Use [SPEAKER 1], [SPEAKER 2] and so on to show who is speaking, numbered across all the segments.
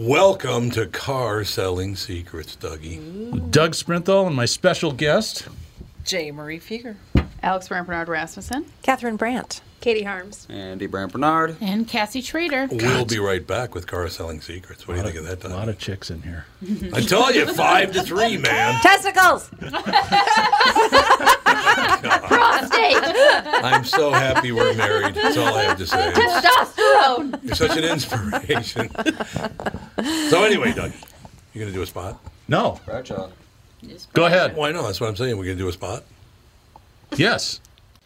[SPEAKER 1] Welcome to Car Selling Secrets, Dougie.
[SPEAKER 2] Doug Sprinthal and my special guest.
[SPEAKER 3] J. Marie Fieger.
[SPEAKER 4] Alex Rampernard Rasmussen.
[SPEAKER 5] Catherine Brandt.
[SPEAKER 6] Katie Harms.
[SPEAKER 7] Andy Brand Bernard.
[SPEAKER 4] And Cassie Schrader.
[SPEAKER 1] We'll be right back with Car Selling Secrets. What do you think of that,
[SPEAKER 2] A lot
[SPEAKER 1] Doug?
[SPEAKER 2] of chicks in here.
[SPEAKER 1] I told you, five to three, man.
[SPEAKER 5] Testicles!
[SPEAKER 1] I'm so happy we're married. That's all I have to say.
[SPEAKER 6] Testosterone.
[SPEAKER 1] You're such an inspiration. so anyway, Doug, you gonna do a spot?
[SPEAKER 2] No,
[SPEAKER 7] Bradshaw.
[SPEAKER 2] go ahead.
[SPEAKER 1] Why not? That's what I'm saying. We're gonna do a spot.
[SPEAKER 2] Yes.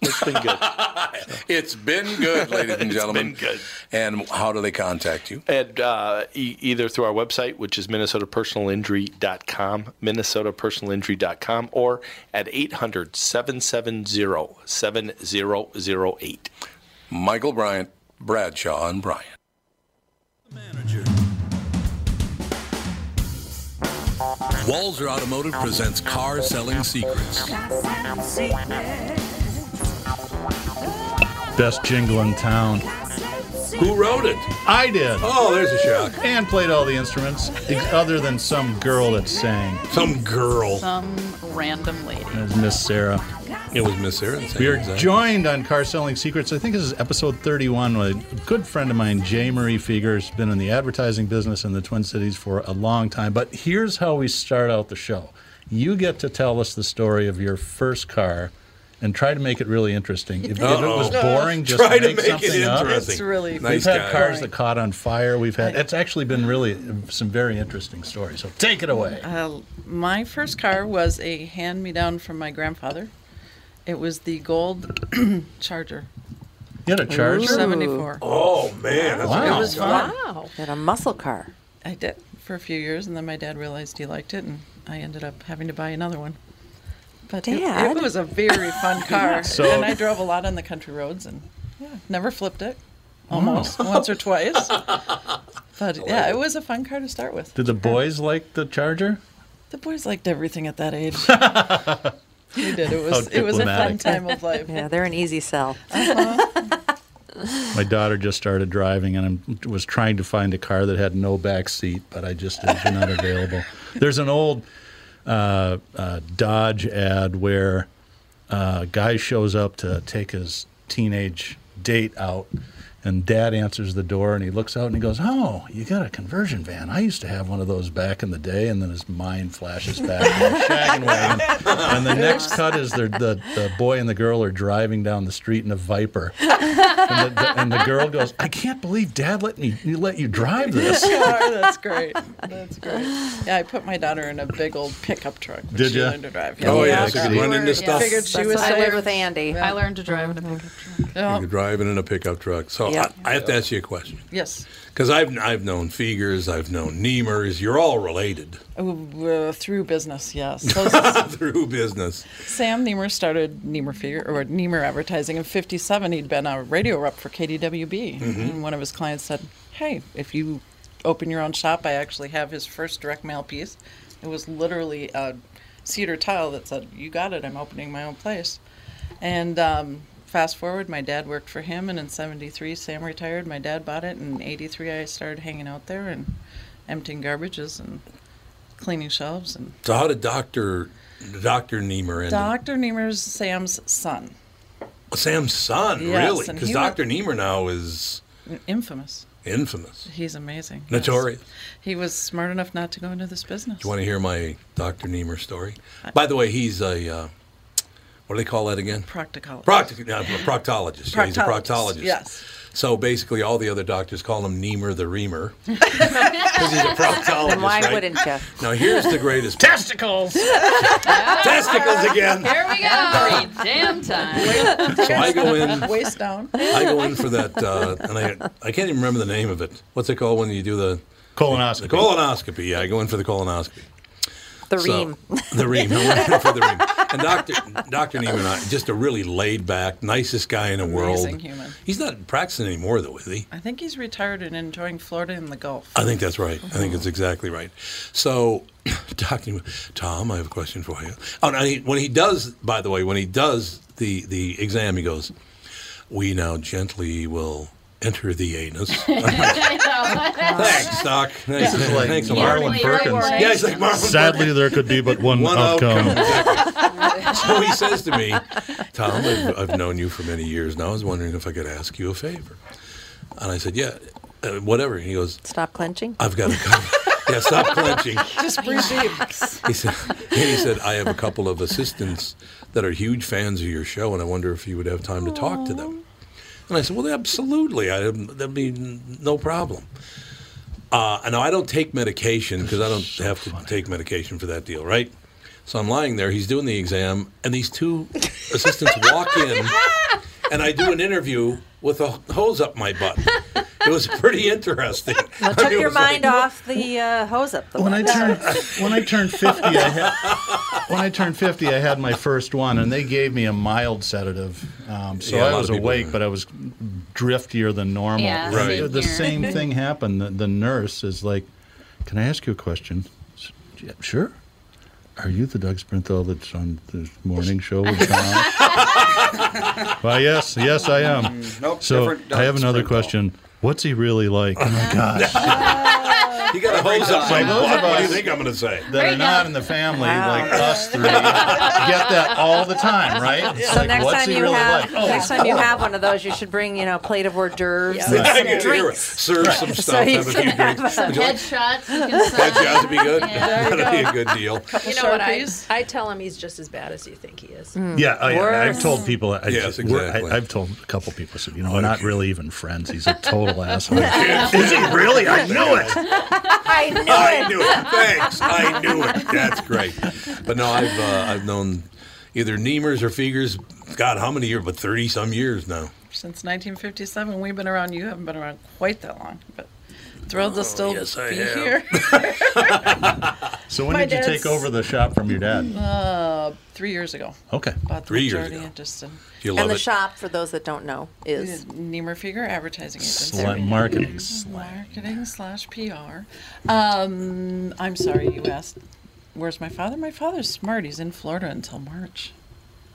[SPEAKER 8] It's been good.
[SPEAKER 1] It's been good, ladies and gentlemen.
[SPEAKER 8] been good.
[SPEAKER 1] And how do they contact you?
[SPEAKER 8] And uh, e- either through our website, which is minnesotapersonalinjury.com, minnesotapersonalinjury.com, or at 800 770 7008.
[SPEAKER 1] Michael Bryant, Bradshaw, and Bryant. Walzer Automotive presents Car Selling Secrets.
[SPEAKER 2] Best jingle in town.
[SPEAKER 1] Who wrote it?
[SPEAKER 2] I did.
[SPEAKER 1] Oh, there's a shock.
[SPEAKER 2] And played all the instruments, ex- other than some girl that sang.
[SPEAKER 1] Some girl.
[SPEAKER 4] Some random lady.
[SPEAKER 2] That was Miss Sarah.
[SPEAKER 1] It was Miss Aaron.
[SPEAKER 2] We are joined on Car Selling Secrets. I think this is episode 31 with a good friend of mine, Jay Marie Fieger, has been in the advertising business in the Twin Cities for a long time. But here's how we start out the show you get to tell us the story of your first car and try to make it really interesting. If, if it was boring, just
[SPEAKER 1] Try to
[SPEAKER 2] make,
[SPEAKER 1] make
[SPEAKER 2] something
[SPEAKER 1] it
[SPEAKER 2] up.
[SPEAKER 1] interesting.
[SPEAKER 3] It's really
[SPEAKER 1] nice
[SPEAKER 2] We've had
[SPEAKER 1] guy.
[SPEAKER 2] cars that caught on fire. We've had it's actually been really some very interesting stories. So take it away.
[SPEAKER 3] Uh, my first car was a hand me down from my grandfather. It was the gold Charger.
[SPEAKER 2] You had a charger.
[SPEAKER 3] 74.
[SPEAKER 1] Oh man, that's
[SPEAKER 2] Wow.
[SPEAKER 3] It was fun.
[SPEAKER 6] Wow.
[SPEAKER 5] At a muscle car.
[SPEAKER 3] I did for a few years, and then my dad realized he liked it, and I ended up having to buy another one. But it- It,
[SPEAKER 5] Dad?
[SPEAKER 3] was a very fun car,
[SPEAKER 2] So-
[SPEAKER 3] and I drove a lot on the country roads, and yeah, never flipped it, almost once or twice. But yeah, it was a fun car to start with.
[SPEAKER 2] Did the boys like the charger?
[SPEAKER 3] The boys liked everything at that age. we did. It
[SPEAKER 2] How
[SPEAKER 3] was it was a fun
[SPEAKER 2] diplomatic.
[SPEAKER 3] time of life. Uh-huh.
[SPEAKER 5] Yeah, they're an easy sell.
[SPEAKER 2] My daughter just started driving, and I was trying to find a car that had no back seat, but I just it was not available. There's an old uh, uh, Dodge ad where uh, a guy shows up to take his teenage date out, And dad answers the door and he looks out and he goes, Oh, you got a conversion van. I used to have one of those back in the day. And then his mind flashes back to the shaggin' wagon. And the next cut is they're- the, the boy and the girl are driving down the street in a Viper. And the, the- and the girl goes, I can't believe dad let me you let you drive this.
[SPEAKER 3] car. That's great. That's great. Yeah, I put my daughter in a big old pickup truck. when
[SPEAKER 2] Did
[SPEAKER 3] she
[SPEAKER 2] ya?
[SPEAKER 3] learned to drive.
[SPEAKER 1] Oh, yeah,
[SPEAKER 2] I
[SPEAKER 1] she could
[SPEAKER 2] see.
[SPEAKER 1] run into
[SPEAKER 9] Yeah.
[SPEAKER 1] stuff.
[SPEAKER 3] Figured she
[SPEAKER 5] That's
[SPEAKER 3] was Oh,
[SPEAKER 5] what I
[SPEAKER 3] safe.
[SPEAKER 5] live with Andy.
[SPEAKER 9] I learned to drive
[SPEAKER 3] Mm-hmm.
[SPEAKER 9] in a pickup truck.
[SPEAKER 3] Yeah.
[SPEAKER 1] You're driving in a pickup truck. So
[SPEAKER 5] Yep.
[SPEAKER 1] I, I have to ask you a question
[SPEAKER 3] Yes.
[SPEAKER 1] because I've I've known Fegers, I've known Niemers. You're all related
[SPEAKER 3] Uh, through business, yes. So
[SPEAKER 1] through business.
[SPEAKER 3] Sam Niemer started Niemer Figure or Niemer Advertising in '57. He'd been a radio rep for KDWB, and one of his clients said, "Hey, if you open your own shop, I actually have his first direct mail piece. It was literally a cedar tile that said, "You got it. I'm opening my own place." And um, fast forward, my dad worked for him, and in '73, Sam retired. My dad bought it, and in '83, I started hanging out there and emptying garbages and cleaning shelves and
[SPEAKER 1] So how did Doctor Doctor Niemer and
[SPEAKER 3] Dr. Niemer's Sam's son.
[SPEAKER 1] Sam's son
[SPEAKER 3] Yes,
[SPEAKER 1] really?
[SPEAKER 3] and
[SPEAKER 1] Because
[SPEAKER 3] he wa-
[SPEAKER 1] Doctor Niemer now is
[SPEAKER 3] Infamous.
[SPEAKER 1] infamous,
[SPEAKER 3] He's amazing. yes.
[SPEAKER 1] notorious.
[SPEAKER 3] He was smart enough not to go into this business.
[SPEAKER 1] You want to hear my Doctor Niemer story? By the way, he's a uh, what do they call that again?
[SPEAKER 3] Proctologist.
[SPEAKER 1] Proctologist. proctologist. Yeah, he's a proctologist.
[SPEAKER 3] Yes.
[SPEAKER 1] So basically, all the other doctors call him Niemer the Reamer. Because he's a proctologist.
[SPEAKER 5] And why
[SPEAKER 1] right?
[SPEAKER 5] wouldn't you?
[SPEAKER 1] Now, here's the greatest testicles. testicles again.
[SPEAKER 9] Here we go. Every damn time.
[SPEAKER 1] So I go in.
[SPEAKER 3] Waist down.
[SPEAKER 1] I go in for that, uh, and I, I can't even remember the name of it. What's it called when you do the, the
[SPEAKER 2] Colonoscopy.
[SPEAKER 1] colonoscopy? Yeah, I go in for the colonoscopy.
[SPEAKER 5] The
[SPEAKER 1] So-
[SPEAKER 5] ream.
[SPEAKER 1] The ream. I went in for the ream. And Dr. Dr. Neiman, I- just a really laid back, nicest guy in the world.
[SPEAKER 3] Amazing human.
[SPEAKER 1] He's not practicing anymore, though, is he?
[SPEAKER 3] I think he's retired and enjoying Florida and the Gulf.
[SPEAKER 1] I think that's right. I think it's exactly right. So, Dr. Tom, I have a question for you. Oh, and he, when he does, by the way, when he does the, the exam, he goes, We now gently will enter the anus. Thanks, Doc. Thanks,
[SPEAKER 2] This is like
[SPEAKER 1] thanks a lot.
[SPEAKER 2] Marlon
[SPEAKER 9] Really,
[SPEAKER 2] Perkins.
[SPEAKER 9] really worried.
[SPEAKER 1] Yeah, he's like Marlon
[SPEAKER 2] Sadly, there could be but one,
[SPEAKER 1] one
[SPEAKER 2] outcome.
[SPEAKER 1] outcome. Exactly. so he says to me, Tom, I've, I've known you for many years now. I was wondering if I could ask you a favor. And I said, Yeah, uh, whatever. And he goes,
[SPEAKER 5] Stop clenching.
[SPEAKER 1] I've got a couple. yeah, stop clenching.
[SPEAKER 3] Just breathe deep.
[SPEAKER 1] He said, and he said, I have a couple of assistants that are huge fans of your show, and I wonder if you would have time to talk to them. And I said, Well, absolutely. I, that'd be n- no problem. Uh, and now I don't take medication because I don't have to take medication for that deal, right? So I'm lying there. He's doing the exam, and these two assistants walk in, and I do an interview with a hose up my butt. It was pretty interesting. I
[SPEAKER 5] Took
[SPEAKER 1] mean, it
[SPEAKER 5] your
[SPEAKER 1] was like-
[SPEAKER 5] mind off the uh, hose up the
[SPEAKER 2] when I
[SPEAKER 5] wet.
[SPEAKER 2] turned when I turned fifty, I had when I turned fifty, I had my first one, and they gave me a mild sedative, um, so
[SPEAKER 1] Yeah, a lot
[SPEAKER 2] I
[SPEAKER 1] of
[SPEAKER 2] was
[SPEAKER 1] people
[SPEAKER 2] awake,
[SPEAKER 1] do.
[SPEAKER 2] but I was driftier than normal.
[SPEAKER 9] Yeah,
[SPEAKER 1] Right.
[SPEAKER 2] And
[SPEAKER 1] same
[SPEAKER 2] The
[SPEAKER 9] here.
[SPEAKER 2] same thing happened. The, the nurse is like, "Can I ask you a question?" S- "Yeah, Sure. Are you the Doug Sprinthal that's on the morning show with Tom? well, yes, yes, I am.
[SPEAKER 10] Mm, Nope,
[SPEAKER 2] so
[SPEAKER 10] different Doug
[SPEAKER 2] I have another
[SPEAKER 10] Sprinthal.
[SPEAKER 2] question. What's he really like? Oh my gosh.
[SPEAKER 1] You got a hose up my
[SPEAKER 2] Like, those
[SPEAKER 1] butt.
[SPEAKER 2] of
[SPEAKER 1] What do you
[SPEAKER 2] us-
[SPEAKER 1] think I'm going to say?
[SPEAKER 2] that
[SPEAKER 9] Right
[SPEAKER 2] are
[SPEAKER 9] now.
[SPEAKER 2] not in the family,
[SPEAKER 5] Wow.
[SPEAKER 2] like us three, get that all the time, right? It's
[SPEAKER 5] So
[SPEAKER 2] like,
[SPEAKER 5] next
[SPEAKER 2] what's
[SPEAKER 5] time
[SPEAKER 2] he
[SPEAKER 5] you
[SPEAKER 2] really like?
[SPEAKER 5] have
[SPEAKER 2] Oh,
[SPEAKER 5] next time you have one of those, you should bring you know a plate of hors d'oeuvres
[SPEAKER 9] Yeah.
[SPEAKER 5] and
[SPEAKER 1] I
[SPEAKER 5] some
[SPEAKER 1] can hear it.
[SPEAKER 5] drinks.
[SPEAKER 1] Serve some stuff.
[SPEAKER 5] So you
[SPEAKER 1] have a few
[SPEAKER 5] can have
[SPEAKER 1] drinks.
[SPEAKER 5] a-
[SPEAKER 1] Would you like
[SPEAKER 9] Headshots. You can sign.
[SPEAKER 1] that jazz to be good?
[SPEAKER 9] Yeah.
[SPEAKER 1] That'd be a good deal.
[SPEAKER 6] You know what? I,
[SPEAKER 3] Sharpies.
[SPEAKER 6] I tell him he's just as bad as you think he is.
[SPEAKER 5] Hmm.
[SPEAKER 2] yeah,
[SPEAKER 1] uh,
[SPEAKER 2] I, I've
[SPEAKER 5] Worse.
[SPEAKER 2] told people. I,
[SPEAKER 1] Yes,
[SPEAKER 2] just- we're-
[SPEAKER 1] exactly.
[SPEAKER 2] I, have told a couple people. I Said, you know, we're not really even friends. He's a total asshole. Is he really? I knew it.
[SPEAKER 5] I knew
[SPEAKER 1] I knew it. Thanks. I knew it. That's great. But no, I've uh, I've known either Niemers or Fegers. God, how many years? But thirty some years now.
[SPEAKER 3] Since 1957, we've been around. You haven't been around quite that long, but thrilled to still
[SPEAKER 1] Oh, yes, I
[SPEAKER 3] be
[SPEAKER 1] have.
[SPEAKER 3] here.
[SPEAKER 2] So when
[SPEAKER 3] My
[SPEAKER 2] did you take
[SPEAKER 3] dad's- Uh,
[SPEAKER 2] over the shop from your dad?
[SPEAKER 3] Three years ago,
[SPEAKER 2] Okay.
[SPEAKER 3] bought the
[SPEAKER 1] Three years
[SPEAKER 3] majority
[SPEAKER 1] ago.
[SPEAKER 3] interest in
[SPEAKER 1] You love
[SPEAKER 5] And the
[SPEAKER 1] it.
[SPEAKER 5] shop, for those that don't know, is
[SPEAKER 3] Niemer Figure Advertising Agency.
[SPEAKER 2] Sla- marketing slang.
[SPEAKER 3] Marketing slash PR. Um, I'm sorry, you asked. Where's my father? My father's smart. He's in Florida until March.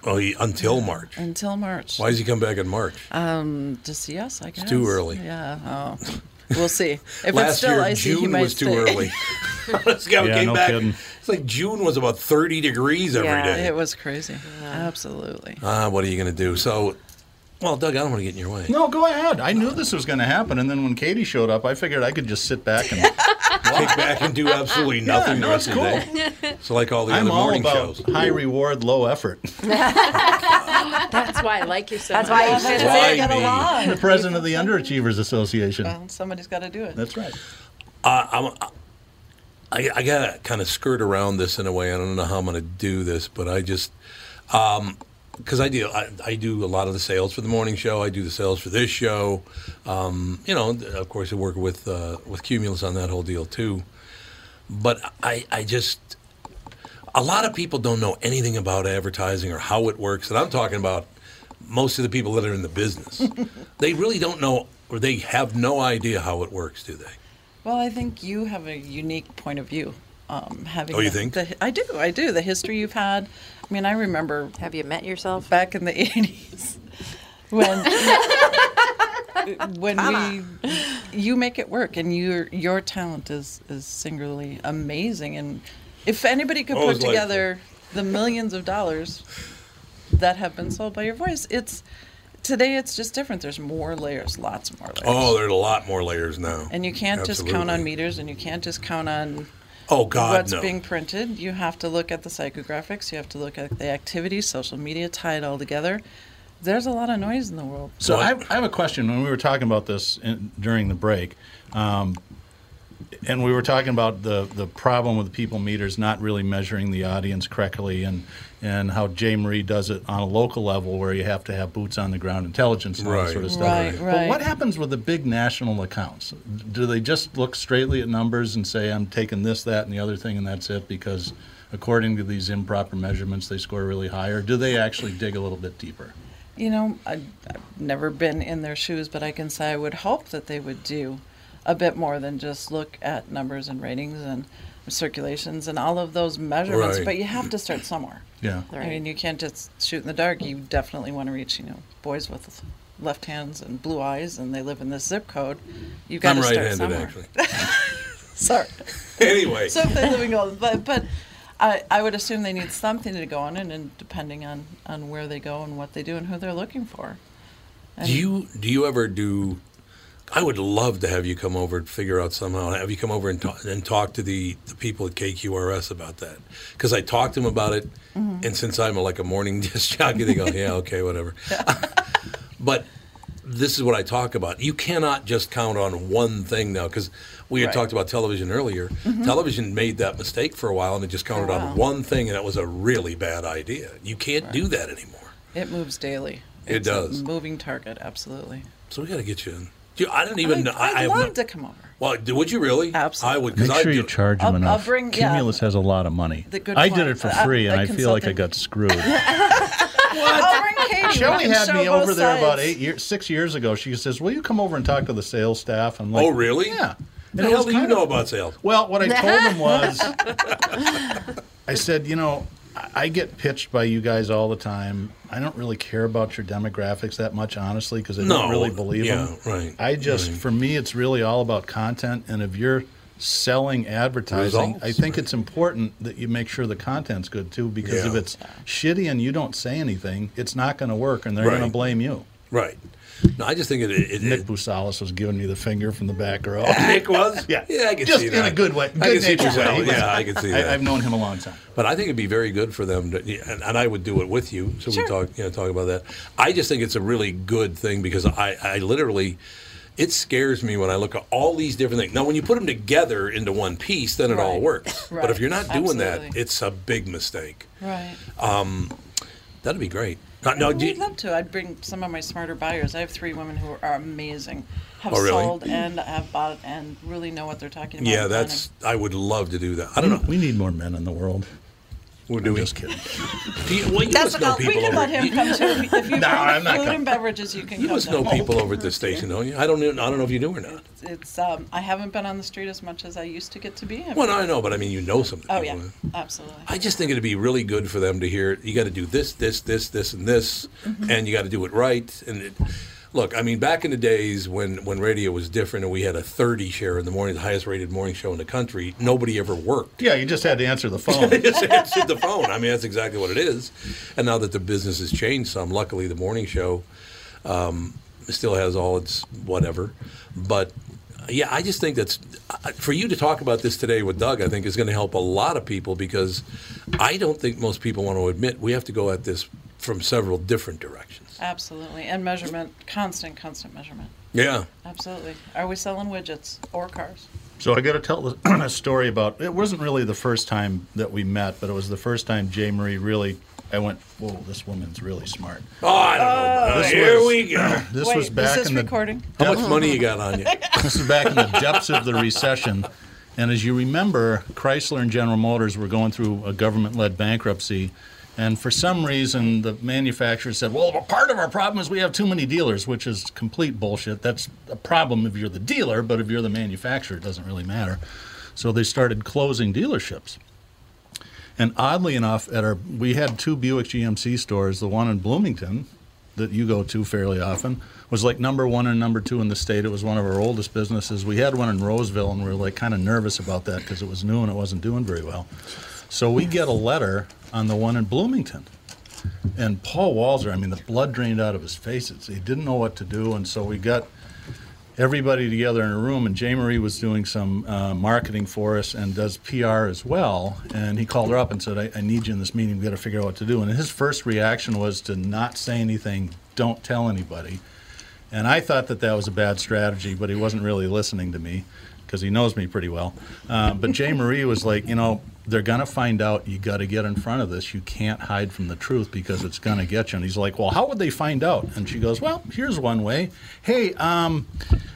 [SPEAKER 1] Oh, he, until March.
[SPEAKER 3] Until March. Um,
[SPEAKER 1] Why does he come back in March?
[SPEAKER 3] To see us, I guess.
[SPEAKER 1] too early.
[SPEAKER 3] Yeah. Oh. We'll see. If it's
[SPEAKER 1] Last
[SPEAKER 3] still
[SPEAKER 1] year
[SPEAKER 3] icy, he
[SPEAKER 1] June
[SPEAKER 3] might
[SPEAKER 1] was too
[SPEAKER 3] stay.
[SPEAKER 1] early. this guy
[SPEAKER 2] Yeah,
[SPEAKER 1] came
[SPEAKER 2] no
[SPEAKER 1] back.
[SPEAKER 2] kidding.
[SPEAKER 1] It's like June was about thirty degrees every day.
[SPEAKER 5] Yeah.
[SPEAKER 3] It was crazy. Absolutely.
[SPEAKER 1] Ah, what are you going to do? So, Well, Doug, I don't want to get in your way.
[SPEAKER 2] No, go ahead. I knew this was going to happen, and then when Katie showed up, I figured I could just sit back and.
[SPEAKER 1] Kick back and do absolutely
[SPEAKER 2] yeah,
[SPEAKER 1] nothing the
[SPEAKER 2] no,
[SPEAKER 1] rest
[SPEAKER 2] it's
[SPEAKER 1] of the
[SPEAKER 2] cool.
[SPEAKER 1] day. It's like all the
[SPEAKER 2] I'm
[SPEAKER 1] other
[SPEAKER 2] all
[SPEAKER 1] morning
[SPEAKER 2] about
[SPEAKER 1] shows.
[SPEAKER 2] high reward, low effort.
[SPEAKER 5] That's why I like you so
[SPEAKER 11] That's
[SPEAKER 5] much.
[SPEAKER 11] why you should
[SPEAKER 1] Why
[SPEAKER 11] say
[SPEAKER 1] me?
[SPEAKER 2] the president of the Underachievers Association.
[SPEAKER 3] Well, somebody's got to do it.
[SPEAKER 2] That's right.
[SPEAKER 1] I, I gotta kind of skirt around this in a way. I don't know how I'm gonna do this, but I just because I do I, I do a lot of the sales for the morning show. I do the sales for this show. Um, you know, of course, I work with uh, with Cumulus on that whole deal too. But I I just a lot of people don't know anything about advertising or how it works, and I'm talking about most of the people that are in the business. they really don't know, or they have no idea how it works, do they?
[SPEAKER 3] Well, I think you have a unique point of view. Um, having
[SPEAKER 1] Oh, you
[SPEAKER 3] the-
[SPEAKER 1] think?
[SPEAKER 3] the- I do. I do. The history you've had. I mean, I remember
[SPEAKER 11] Have you met yourself?
[SPEAKER 3] back in the 80s when when we you make it work and your your talent is is singularly amazing and if anybody could
[SPEAKER 1] Always
[SPEAKER 3] put
[SPEAKER 1] liked
[SPEAKER 3] together the millions of dollars that have been sold by your voice it's today it's just different there's more layers lots more layers
[SPEAKER 1] Oh, there's a lot more layers now.
[SPEAKER 3] and you can't just count on
[SPEAKER 1] Absolutely.
[SPEAKER 3] meters and you can't just count on
[SPEAKER 1] Oh God,
[SPEAKER 3] what's
[SPEAKER 1] no.
[SPEAKER 3] being printed. You have to look at the psychographics. You have to look at the activities, social media, tie it all together. There's a lot of noise in the world.
[SPEAKER 2] So
[SPEAKER 1] What?
[SPEAKER 2] I have, I have a question. When we were talking about this in, during the break, um, and we were talking about the, the problem with people meters not really measuring the audience correctly, and and how Jay Marie does it on a local level where you have to have boots on the ground intelligence and all
[SPEAKER 1] Right.
[SPEAKER 2] that sort of stuff.
[SPEAKER 3] Right,
[SPEAKER 2] But
[SPEAKER 3] right.
[SPEAKER 2] what happens with the big national accounts? Do they just look straightly at numbers and say I'm taking this, that, and the other thing, and that's it? Because according to these improper measurements, they score really high, or do they actually dig a little bit deeper?
[SPEAKER 3] You know, I, I've never been in their shoes, but I can say I would hope that they would do a bit more than just look at numbers and ratings and circulations and all of those measurements.
[SPEAKER 1] Right.
[SPEAKER 3] But you have to start somewhere.
[SPEAKER 2] Yeah.
[SPEAKER 3] I mean, you can't just shoot in the dark. You definitely want to reach, you know, boys with left hands and blue eyes, and they live in this zip code. You've got
[SPEAKER 1] I'm
[SPEAKER 3] to start
[SPEAKER 1] right-handed,
[SPEAKER 3] somewhere.
[SPEAKER 1] actually.
[SPEAKER 3] Sorry.
[SPEAKER 1] anyway,
[SPEAKER 3] So if they're living all, but, but I, I would assume they need something to go on, and, and depending on, on where they go and what they do and who they're looking for.
[SPEAKER 1] do you do you ever do? I would love to have you come over and figure out somehow. Have you come over and talk, and talk to the, the people at KQRS about that? Because I talked to them about it,
[SPEAKER 3] Mm-hmm.
[SPEAKER 1] and since I'm like a morning disc jockey, they go, "Yeah, okay, whatever." but this is what I talk about. You cannot just count on one thing now because we had
[SPEAKER 3] Right. Mm-hmm.
[SPEAKER 1] talked about television earlier. Television made that mistake for a while, and it just
[SPEAKER 3] Oh,
[SPEAKER 1] counted on one thing, and that was a really bad idea. You can't do that anymore.
[SPEAKER 3] It moves daily.
[SPEAKER 1] It
[SPEAKER 3] It's a
[SPEAKER 1] does.
[SPEAKER 3] moving target, absolutely.
[SPEAKER 1] So we got to get you in. Do you- I don't even know.
[SPEAKER 3] I, I'd
[SPEAKER 1] I, I have
[SPEAKER 3] love
[SPEAKER 1] no-
[SPEAKER 3] to come over.
[SPEAKER 1] Well, do- would you really?
[SPEAKER 3] Absolutely.
[SPEAKER 1] I would because
[SPEAKER 2] Make
[SPEAKER 1] I
[SPEAKER 2] sure
[SPEAKER 1] do.
[SPEAKER 2] you charge them
[SPEAKER 3] I'll- I'll
[SPEAKER 2] enough.
[SPEAKER 3] bring- yeah.
[SPEAKER 2] Cumulus has a lot of money.
[SPEAKER 3] The good
[SPEAKER 2] I did
[SPEAKER 3] point.
[SPEAKER 2] it for
[SPEAKER 3] Uh,
[SPEAKER 2] free, and
[SPEAKER 3] the
[SPEAKER 2] I feel like I
[SPEAKER 3] consulting.
[SPEAKER 2] got screwed.
[SPEAKER 3] I'll bring Katie.
[SPEAKER 2] Shelly
[SPEAKER 3] We can
[SPEAKER 2] had
[SPEAKER 3] show
[SPEAKER 2] me
[SPEAKER 3] both
[SPEAKER 2] over there about
[SPEAKER 3] sides.
[SPEAKER 2] eight years, six years ago. She says, "Will you come over and talk to the sales staff?" I'm like,
[SPEAKER 1] Oh, really?
[SPEAKER 2] Yeah.
[SPEAKER 1] The
[SPEAKER 2] And it was
[SPEAKER 1] hell do you
[SPEAKER 2] kind of-
[SPEAKER 1] know about sales?
[SPEAKER 2] Well, what I told them was, I said, you know, I- I get pitched by you guys all the time. I don't really care about your demographics that much, honestly, because I
[SPEAKER 1] No,
[SPEAKER 2] don't really believe
[SPEAKER 1] yeah,
[SPEAKER 2] them.
[SPEAKER 1] right,
[SPEAKER 2] I just, for me, it's really all about content. And if you're selling advertising,
[SPEAKER 1] Results,
[SPEAKER 2] I think it's important that you make sure the content's good too, because if
[SPEAKER 1] Yeah.
[SPEAKER 2] it's shitty and you don't say anything, it's not going to work, and they're going
[SPEAKER 1] Right.
[SPEAKER 2] to blame you.
[SPEAKER 1] Right. No, I just think it. it,
[SPEAKER 2] Nick
[SPEAKER 1] it
[SPEAKER 2] Busalis was giving me the finger from the back row.
[SPEAKER 1] Nick was.
[SPEAKER 2] Yeah.
[SPEAKER 1] Yeah, I can
[SPEAKER 2] Just
[SPEAKER 1] see
[SPEAKER 2] in
[SPEAKER 1] that
[SPEAKER 2] a good way.
[SPEAKER 1] I can see
[SPEAKER 2] Good-natured way.
[SPEAKER 1] Giselle.
[SPEAKER 2] He was-
[SPEAKER 1] Yeah, I can see that.
[SPEAKER 2] I, I've known him a long time.
[SPEAKER 1] But I think it'd be very good for them, to, and, and I would do it with you. So we talk, you know, talk about that. I just think it's a really good thing because I, I literally, it scares me when I look at all these different things. Now, when you put them together into one piece, then it all
[SPEAKER 3] Right.
[SPEAKER 1] works. But if
[SPEAKER 3] Right.
[SPEAKER 1] you're not doing that,
[SPEAKER 3] Absolutely.
[SPEAKER 1] it's a big mistake. Um,
[SPEAKER 3] Right.
[SPEAKER 1] That'd be great. Now, now,
[SPEAKER 3] I
[SPEAKER 1] do
[SPEAKER 3] would
[SPEAKER 1] you,
[SPEAKER 3] love to. I'd bring some of my smarter buyers. I have three women who are amazing, have
[SPEAKER 1] Oh, really?
[SPEAKER 3] sold and have bought and really know what they're talking about.
[SPEAKER 1] yeah,
[SPEAKER 3] and
[SPEAKER 1] that's. I would love to do that. I don't know.
[SPEAKER 2] We need more men in the world.
[SPEAKER 1] We're doing.
[SPEAKER 2] Just kidding.
[SPEAKER 1] Do you, well, you must know
[SPEAKER 3] planning. We
[SPEAKER 1] people
[SPEAKER 3] can
[SPEAKER 1] over.
[SPEAKER 3] let him
[SPEAKER 1] you-
[SPEAKER 3] come too. If you bring
[SPEAKER 2] I'm not
[SPEAKER 3] food
[SPEAKER 2] coming.
[SPEAKER 3] and beverages, you can
[SPEAKER 1] You
[SPEAKER 3] come.
[SPEAKER 1] must know
[SPEAKER 3] too.
[SPEAKER 1] people over at this station, don't you? I don't. Even, I don't know if you do or not.
[SPEAKER 3] It's. Um, I haven't been on the street as much as I used to get to be.
[SPEAKER 1] Well, no, I know, but I mean, you know something.
[SPEAKER 3] oh yeah, absolutely.
[SPEAKER 1] I just think it'd be really good for them to hear. You got to do this, this, this, this, and this, and you got to do it right. And it, look, I mean, back in the days when when radio was different, and we had a thirty share in the morning, the highest rated morning show in the country. Nobody ever worked.
[SPEAKER 2] Yeah, you just had to answer the phone.
[SPEAKER 1] just answered the phone. I mean, that's exactly what it is. And now that the business has changed some, luckily the morning show,
[SPEAKER 9] Um, it still has all its whatever, but yeah, I just think that's I- for you to talk about this today with Doug. I think is going to help a lot of people because I don't think most people want to admit we have to go at this from several different directions.
[SPEAKER 3] Absolutely. And measurement, constant, constant measurement.
[SPEAKER 9] Yeah.
[SPEAKER 3] Absolutely. Are we selling widgets or cars?
[SPEAKER 2] So I got to tell a story about. It wasn't really the first time that we met, but it was the first time Jay Marie really. I went, whoa, this woman's really smart.
[SPEAKER 9] Oh, I don't know.
[SPEAKER 2] This
[SPEAKER 9] Here
[SPEAKER 2] was-
[SPEAKER 9] we go.
[SPEAKER 2] This
[SPEAKER 3] Wait,
[SPEAKER 2] was back
[SPEAKER 3] is this
[SPEAKER 2] in the
[SPEAKER 3] recording?
[SPEAKER 9] How much money you got on you?
[SPEAKER 2] this is back in the depths of the recession. And as you remember, Chrysler and General Motors were going through a government led bankruptcy. And for some reason, the manufacturers said, well, part of our problem is we have too many dealers, which is complete bullshit. That's a problem if you're the dealer, but if you're the manufacturer, it doesn't really matter. So they started closing dealerships. And oddly enough, at our we had two Buick GMC stores. The one in Bloomington that you go to fairly often was like number one and number two in the state. It was one of our oldest businesses. We had one in Roseville, and we were like kind of nervous about that because it was new and it wasn't doing very well. So we get a letter on the one in Bloomington. And Paul Walzer, I mean, the blood drained out of his face. It's, he didn't know what to do. And so we got everybody together in a room, and Jay Marie was doing some uh, marketing for us and does PR as well. And he called her up and said, I, I need you in this meeting. we got to figure out what to do. And his first reaction was to not say anything, don't tell anybody. And I thought that that was a bad strategy, but he wasn't really listening to me because he knows me pretty well. Uh, but Jay Marie was like, you know, they're going to find out. You got to get in front of this. You can't hide from the truth because it's going to get you. And he's like, well, how would they find out? And she goes, well, here's one way. Hey, um,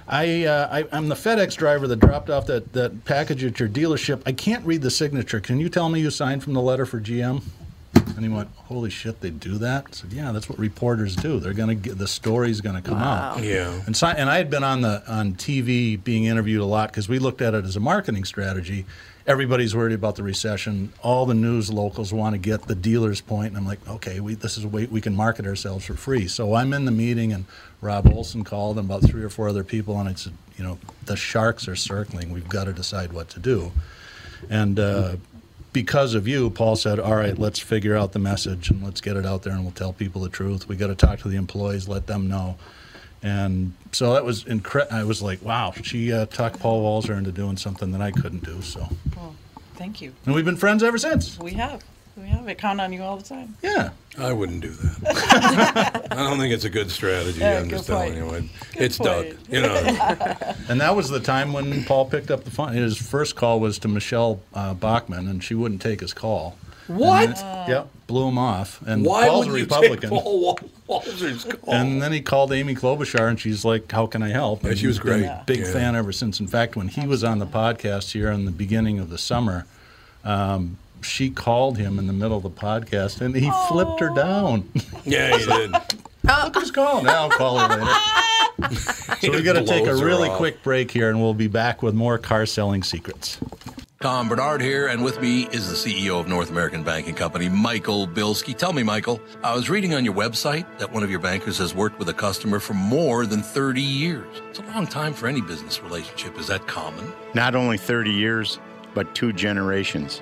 [SPEAKER 2] I, uh, I, I'm the FedEx driver that dropped off that, that package at your dealership. I can't read the signature. Can you tell me you signed from the letter for GM? And he went, "Holy shit, they do that!" I said, "Yeah, that's what reporters do. They're gonna get the story's gonna come out."
[SPEAKER 9] Yeah.
[SPEAKER 2] And so, and I had been on the on TV being interviewed a lot because we looked at it as a marketing strategy. Everybody's worried about the recession. All the news locals want to get the dealer's point, and I'm like, okay, we, this is a way we can market ourselves for free. So I'm in the meeting, and Rob Olson called and about three or four other people, and I said, you know, the sharks are circling. We've got to decide what to do. And uh, because of you, Paul said, "All right, let's figure out the message and let's get it out there, and we'll tell people the truth. We got to talk to the employees, let them know." And so that was incredible. I was like, "Wow, she uh, talked Paul Walzer into doing something that I couldn't do." So,
[SPEAKER 3] Well, thank you.
[SPEAKER 2] and we've been friends ever since.
[SPEAKER 3] We have. We have. I count on you all the time.
[SPEAKER 2] Yeah.
[SPEAKER 9] I wouldn't do that. I don't think it's a good strategy.
[SPEAKER 3] Yeah,
[SPEAKER 9] I'm
[SPEAKER 3] good
[SPEAKER 9] just telling you.
[SPEAKER 3] point.
[SPEAKER 9] It- It's Doug.
[SPEAKER 3] point.
[SPEAKER 9] You know,
[SPEAKER 2] And that was the time when Paul picked up the phone. His first call was to Michelle uh, Bachman, and she wouldn't take his call.
[SPEAKER 9] What?
[SPEAKER 2] And then- yep. Blew him off. And
[SPEAKER 9] why
[SPEAKER 2] Paul's
[SPEAKER 9] would
[SPEAKER 2] a
[SPEAKER 9] you
[SPEAKER 2] Republican.
[SPEAKER 9] take Paul Wal- Walzer's call?
[SPEAKER 2] And then he called Amy Klobuchar, and she's like, "How can I help?"
[SPEAKER 9] Yeah, she
[SPEAKER 2] And
[SPEAKER 9] was
[SPEAKER 2] he's been a
[SPEAKER 9] great.
[SPEAKER 2] Big
[SPEAKER 9] Yeah.
[SPEAKER 2] fan ever since. In fact, when he was on the podcast here in the beginning of the summer, um, she called him in the middle of the podcast, and he flipped her down.
[SPEAKER 9] yeah, he did.
[SPEAKER 2] Look who's calling. Yeah, I'll call her later. so we got to take a
[SPEAKER 9] Blows her
[SPEAKER 2] really
[SPEAKER 9] off.
[SPEAKER 2] quick break here, and we'll be back with more car selling secrets.
[SPEAKER 1] Tom Bernard here, and with me is the CEO of North American Banking Company, Michael Bilski. Tell me, Michael, I was reading on your website that one of your bankers has worked with a customer for more than 30 years. It's a long time for any business relationship. Is that common?
[SPEAKER 12] Not only 30 years, but two generations.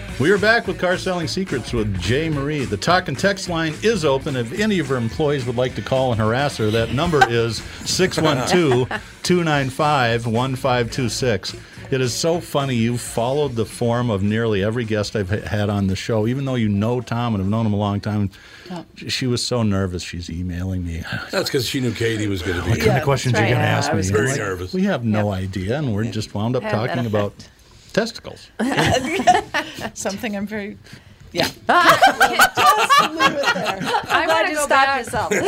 [SPEAKER 2] We are back with Car Selling Secrets with Jay Marie. The talk and text line is open. If any of her employees would like to call and harass her, that number is 612 295 1526. It is so funny. You followed the form of nearly every guest I've ha- had on the show, even though you know Tom and have known him a long time. She was so nervous. She's emailing me.
[SPEAKER 1] That's because she knew Katie was going to be
[SPEAKER 2] What kind of questions are you going to ask me?
[SPEAKER 1] Very
[SPEAKER 2] I'm like,
[SPEAKER 1] nervous.
[SPEAKER 2] We have no idea, and we're just wound up
[SPEAKER 3] How did that
[SPEAKER 2] talking about testicles.
[SPEAKER 3] Something I'm very. Yeah.
[SPEAKER 5] I want to go back.
[SPEAKER 6] yourself.
[SPEAKER 5] I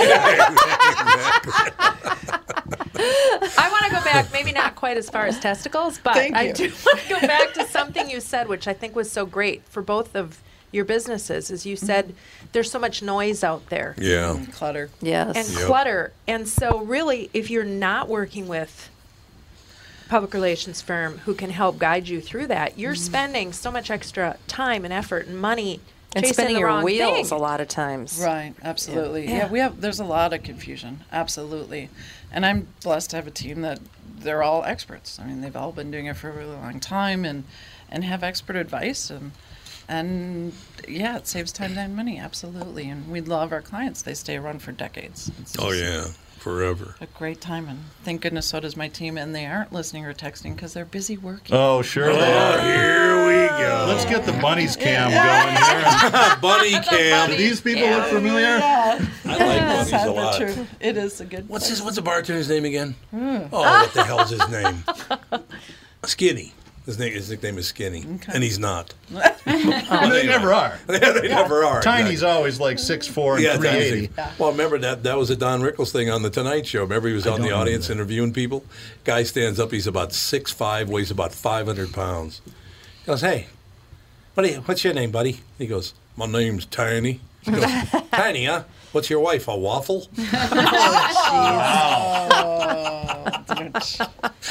[SPEAKER 5] want to go back, maybe not quite as far as testicles, but
[SPEAKER 6] Thank
[SPEAKER 5] I
[SPEAKER 6] you.
[SPEAKER 5] do want to go back to something you said, which I think was so great for both of your businesses. Is you said there's so much noise out there.
[SPEAKER 1] Yeah.
[SPEAKER 3] Clutter.
[SPEAKER 6] Yes.
[SPEAKER 5] and
[SPEAKER 1] Yep.
[SPEAKER 5] clutter. And so, really, if you're not working with a public relations firm who can help guide you through that,
[SPEAKER 6] Mm-hmm.
[SPEAKER 5] you're spending so much extra time and effort and money
[SPEAKER 6] And
[SPEAKER 5] chasing
[SPEAKER 6] spinning
[SPEAKER 5] the
[SPEAKER 6] your
[SPEAKER 5] wrong
[SPEAKER 6] wheels
[SPEAKER 5] thing.
[SPEAKER 6] a lot of times.
[SPEAKER 3] Right, absolutely. Yeah.
[SPEAKER 6] Yeah.
[SPEAKER 3] we have there's a lot of confusion, absolutely. And I'm blessed to have a team that they're all experts. I mean, they've all been doing it for a really long time and and have expert advice and and yeah, it saves time and money, absolutely. And we love our clients. They stay around for decades. It's
[SPEAKER 1] Oh,
[SPEAKER 3] just
[SPEAKER 1] yeah. Forever.
[SPEAKER 3] A great time, and thank goodness so does my team. And they aren't listening or texting because they're busy working.
[SPEAKER 2] Oh, sure they are. Here we go. Let's get the bunnies cam going here.
[SPEAKER 1] Bunny cam.
[SPEAKER 2] Do these people look familiar?
[SPEAKER 3] Yeah.
[SPEAKER 1] I like
[SPEAKER 3] That's
[SPEAKER 1] bunnies a
[SPEAKER 3] not the
[SPEAKER 1] lot.
[SPEAKER 3] truth. It is a good. Hmm.
[SPEAKER 1] What's
[SPEAKER 3] place.
[SPEAKER 1] his, What's the bartender's name again? Oh, what the hell's his name? Skinny. His, name, his nickname is Skinny, and he's not.
[SPEAKER 2] And they never are.
[SPEAKER 1] Yeah, they never are.
[SPEAKER 2] Tiny's always like 6'4 and
[SPEAKER 1] Yeah, that's
[SPEAKER 2] 380.
[SPEAKER 1] it. Well, remember that that was a Don Rickles thing on the Tonight Show. Remember he was out in the audience interviewing people. Guy stands up. He's about six five, weighs about five hundred pounds. He goes, "Hey, buddy, what's your name, buddy?" He goes, "My name's Tiny." He goes, "Tiny, huh? What's your wife? A waffle?"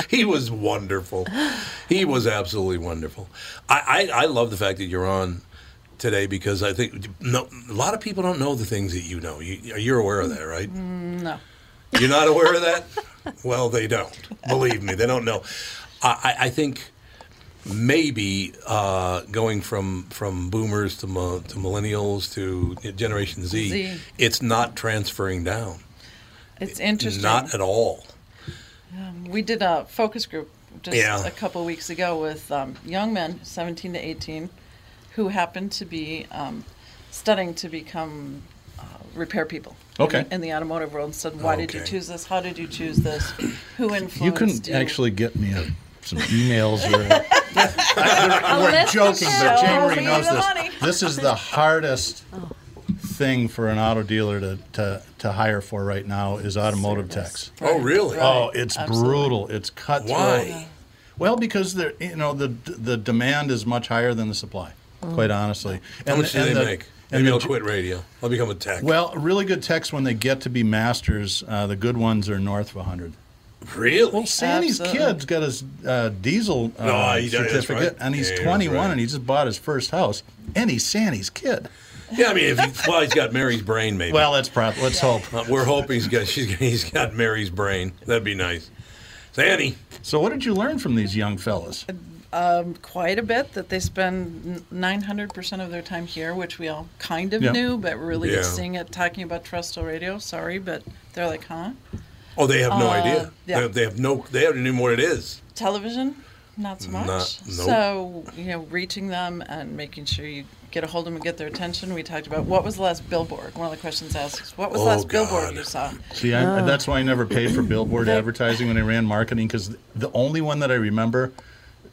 [SPEAKER 1] he was wonderful. He was absolutely wonderful. I, I, I love the fact that you're on today because I think no, a lot of people don't know the things that you know. You, you're aware of that, right?
[SPEAKER 3] No.
[SPEAKER 1] You're not aware of that? Well, they don't. Believe me, they don't know. I, I I think maybe uh, going from from boomers to, mo- to millennials to Generation Z,
[SPEAKER 3] Z.
[SPEAKER 1] it's not transferring down.
[SPEAKER 3] It's interesting.
[SPEAKER 1] Not at all.
[SPEAKER 3] Um, we did a focus group just
[SPEAKER 1] Yeah.
[SPEAKER 3] a couple weeks ago with um, young men, 17 to 18, who happened to be um, studying to become uh, repair people. in
[SPEAKER 2] Okay.
[SPEAKER 3] the- In the automotive world, and said, "Why did you
[SPEAKER 2] Okay.
[SPEAKER 3] choose this? How did you choose this? Who influenced
[SPEAKER 2] You couldn't
[SPEAKER 3] you?"
[SPEAKER 2] actually get me a, some emails or.
[SPEAKER 3] A
[SPEAKER 2] We're
[SPEAKER 3] list
[SPEAKER 2] joking,
[SPEAKER 3] of
[SPEAKER 2] but
[SPEAKER 3] shows.
[SPEAKER 2] Jay Marie
[SPEAKER 3] Leave
[SPEAKER 2] knows
[SPEAKER 3] the
[SPEAKER 2] this.
[SPEAKER 3] money. Oh.
[SPEAKER 2] This is the hardest thing for an auto dealer to, to, to hire for right now is automotive techs.
[SPEAKER 1] Oh, really?
[SPEAKER 2] Oh, it's brutal. It's cutthroat.
[SPEAKER 1] Why?
[SPEAKER 2] Well, because the you know the the demand is much higher than the supply.
[SPEAKER 1] Mm.
[SPEAKER 2] Quite honestly,
[SPEAKER 1] How much
[SPEAKER 2] the-
[SPEAKER 1] do they
[SPEAKER 2] the-
[SPEAKER 1] make?
[SPEAKER 2] and
[SPEAKER 1] Maybe
[SPEAKER 2] the
[SPEAKER 1] I'll
[SPEAKER 2] j-
[SPEAKER 1] quit radio. I'll become a tech.
[SPEAKER 2] Well, really good techs when they get to be masters, uh, the good ones are north of 100.
[SPEAKER 1] Really?
[SPEAKER 2] Well, Sandy's kid's got his uh, diesel uh,
[SPEAKER 1] No, he- that's
[SPEAKER 2] certificate,
[SPEAKER 1] right.
[SPEAKER 2] and he's
[SPEAKER 1] Yeah, that's
[SPEAKER 2] 21,
[SPEAKER 1] right.
[SPEAKER 2] and he just bought his first house, and he's Sandy's kid.
[SPEAKER 1] Yeah, I mean, if he, well, he's got Mary's brain, maybe.
[SPEAKER 2] Well, that's prob- let's hope.
[SPEAKER 1] Uh, we're hoping he's got she's, he's got Mary's brain. That'd be nice. Sandy.
[SPEAKER 2] So, what did you learn from these young fellas?
[SPEAKER 3] um, quite a bit that they spend 900% of their time here, which we all kind of
[SPEAKER 1] Yeah.
[SPEAKER 3] knew, but really
[SPEAKER 1] Yeah.
[SPEAKER 3] seeing it talking about terrestrial radio, sorry, but they're like, huh?
[SPEAKER 1] Oh, they have no
[SPEAKER 3] Uh,
[SPEAKER 1] idea.
[SPEAKER 3] yeah.
[SPEAKER 1] They, have, they have no. They haven't even what it is.
[SPEAKER 3] Television, not so much.
[SPEAKER 1] Not- nope.
[SPEAKER 3] So, you know, reaching them and making sure you get a hold of them and get their attention. We talked about what was the last billboard? One of the questions asked is, what was the
[SPEAKER 2] Oh,
[SPEAKER 3] last billboard you saw? Uh.
[SPEAKER 2] See, I, that's why I never paid for billboard advertising when I ran marketing because the only one that I remember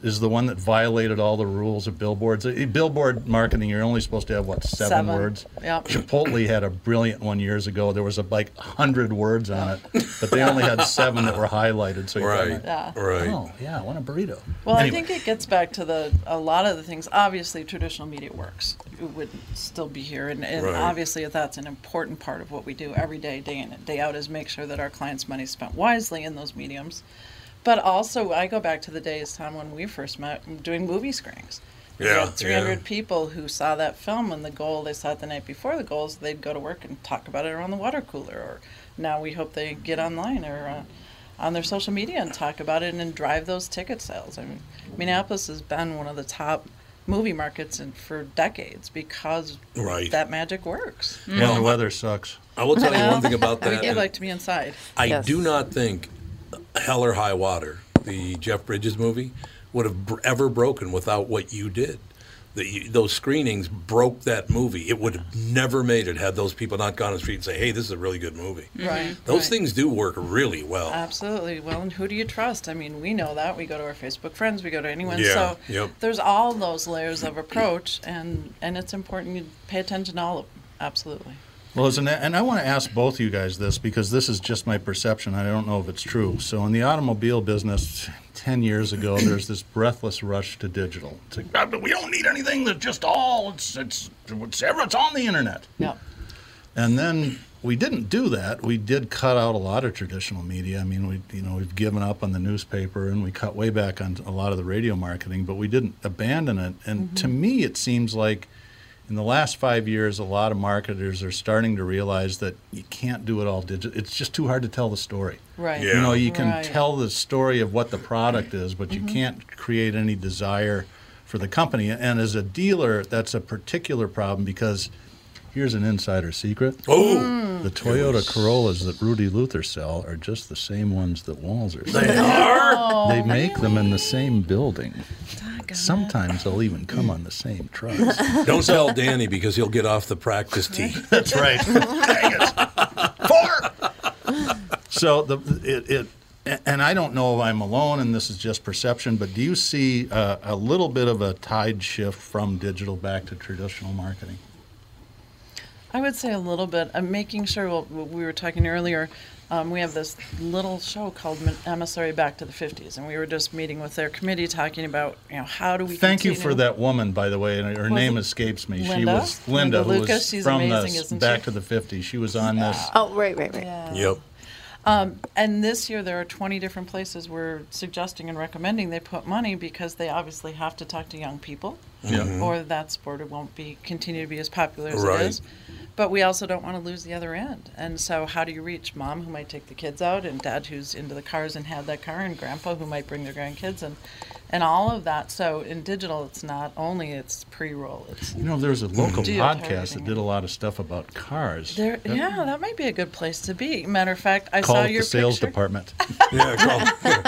[SPEAKER 2] is the one that violated all the rules of billboards. Eh, Billboard marketing, you're only supposed to have what seven,
[SPEAKER 3] Seven.
[SPEAKER 2] words.
[SPEAKER 3] Yep.
[SPEAKER 2] Chipotle had a brilliant one years ago. There was a, like hundred words on it, but they only had seven that were highlighted. So you're
[SPEAKER 1] Right,
[SPEAKER 2] like,
[SPEAKER 3] Yeah.
[SPEAKER 1] right.
[SPEAKER 2] Oh yeah, I want a burrito.
[SPEAKER 3] Well,
[SPEAKER 2] Anyway.
[SPEAKER 3] I think it gets back to the a lot of the things. Obviously, traditional media works; it would still be here, and, and
[SPEAKER 13] Right.
[SPEAKER 3] obviously, that's an important part of what we do every day, day in and day out, is make sure that our clients' money is spent wisely in those mediums. But also, I go back to the days, Tom, when we first met, doing movie screenings. We
[SPEAKER 13] Yeah,
[SPEAKER 3] had 300
[SPEAKER 13] yeah.
[SPEAKER 3] people who saw that film and the goal they saw it the night before the goals. They'd go to work and talk about it around the water cooler, or now we hope they get online or. Uh, on their social media and talk about it and, then drive those ticket sales. I mean, Minneapolis has been one of the top movie markets in, for decades because
[SPEAKER 1] Right.
[SPEAKER 3] that magic works.
[SPEAKER 2] And the weather sucks.
[SPEAKER 1] I will tell you one thing Mm. about that.
[SPEAKER 3] We do
[SPEAKER 1] and
[SPEAKER 3] like to be inside.
[SPEAKER 1] I do not think Hell or High Water, the Jeff Bridges movie, would have br- ever broken without what you did. The, those screenings broke that movie. It would have never made it had those people not gone on the street and say, "Hey, this is a really good movie."
[SPEAKER 3] Mm-hmm. Right.
[SPEAKER 1] Those things do work really well.
[SPEAKER 3] Absolutely. Well, and who do you trust? I mean, we know that. We go to our Facebook friends. We go to anyone.
[SPEAKER 1] Yeah,
[SPEAKER 3] Uh, So
[SPEAKER 1] yep.
[SPEAKER 3] there's all those layers of approach, and and it's important you pay attention to all of them. Absolutely.
[SPEAKER 2] Well, listen, and I want to ask both you guys this because this is just my perception. I don't know if it's true. So, in the automobile business, 10 years ago, there's this breathless rush to digital. It's like, "Ah, but we don't need anything. That's just all, it's, it's, it's, it's on the internet.
[SPEAKER 3] Yeah.
[SPEAKER 2] And then we didn't do that. We did cut out a lot of traditional media. I mean, we you know we've given up on the newspaper and we cut way back on a lot of the radio marketing, but we didn't abandon it. And
[SPEAKER 3] Mm-hmm.
[SPEAKER 2] to me, it seems like in the last five years, a lot of marketers are starting to realize that you can't do it all digital. It's just too hard to tell the story.
[SPEAKER 3] Right.
[SPEAKER 2] You know,
[SPEAKER 3] Yeah.
[SPEAKER 2] you can
[SPEAKER 3] Right.
[SPEAKER 2] tell the story of what the product is, but you
[SPEAKER 3] Mhm.
[SPEAKER 2] can't create any desire for the company. And as a dealer, that's a particular problem because here's an insider secret.
[SPEAKER 1] Oh. Mm.
[SPEAKER 2] The Toyota Corollas that Rudy Luther sell are just the same ones that Walzer sells.
[SPEAKER 1] They are? Oh,
[SPEAKER 2] They make them in the same building. Sometimes they'll even come on the same trucks.
[SPEAKER 1] Don't tell Danny because he'll get off the practice tee.
[SPEAKER 2] That's right. So the it, it a- and I don't know if I'm alone and this is just perception, but do you see uh, a little bit of a tide shift from digital back to traditional marketing?
[SPEAKER 3] I would say a little bit. I'm making sure well, what we were talking earlier. Um, we have this little show called Min- Emissary Back to the 50s, and we were just meeting with their committee talking about, you know, how do we
[SPEAKER 2] Thank you
[SPEAKER 3] continue-
[SPEAKER 2] for that woman, by the way, and her
[SPEAKER 3] Was
[SPEAKER 2] name
[SPEAKER 3] it
[SPEAKER 2] escapes me. She
[SPEAKER 3] Linda?
[SPEAKER 2] was Linda,
[SPEAKER 3] Linda
[SPEAKER 2] who
[SPEAKER 3] Lucas,
[SPEAKER 2] was
[SPEAKER 3] she's
[SPEAKER 2] from
[SPEAKER 3] amazing,
[SPEAKER 2] the
[SPEAKER 3] isn't
[SPEAKER 2] Back
[SPEAKER 3] she?
[SPEAKER 2] to the 50s. She was on this.
[SPEAKER 5] Oh, right, right, right.
[SPEAKER 2] Yep.
[SPEAKER 3] Um, and this year, there are 20 different places we're suggesting and recommending they put money because they obviously have to talk to young people,
[SPEAKER 13] Yeah. Mhm.
[SPEAKER 3] or that sport it won't be continue to be as popular as
[SPEAKER 13] Right.
[SPEAKER 3] it is. But we also don't want to lose the other end. And so, how do you reach mom who might take the kids out, and dad who's into the cars and had that car, and grandpa who might bring their grandkids, and and all of that. So in digital, it's not only it's pre-roll. It's
[SPEAKER 2] You know, there's a local
[SPEAKER 3] Geo-targeting.
[SPEAKER 2] podcast that did a lot of stuff about cars.
[SPEAKER 3] There,
[SPEAKER 2] That-
[SPEAKER 3] yeah, that might be a good place to be. Matter of fact, I
[SPEAKER 2] Call
[SPEAKER 3] saw
[SPEAKER 2] up
[SPEAKER 3] your
[SPEAKER 2] the sales
[SPEAKER 3] picture.
[SPEAKER 2] department.
[SPEAKER 1] yeah, call,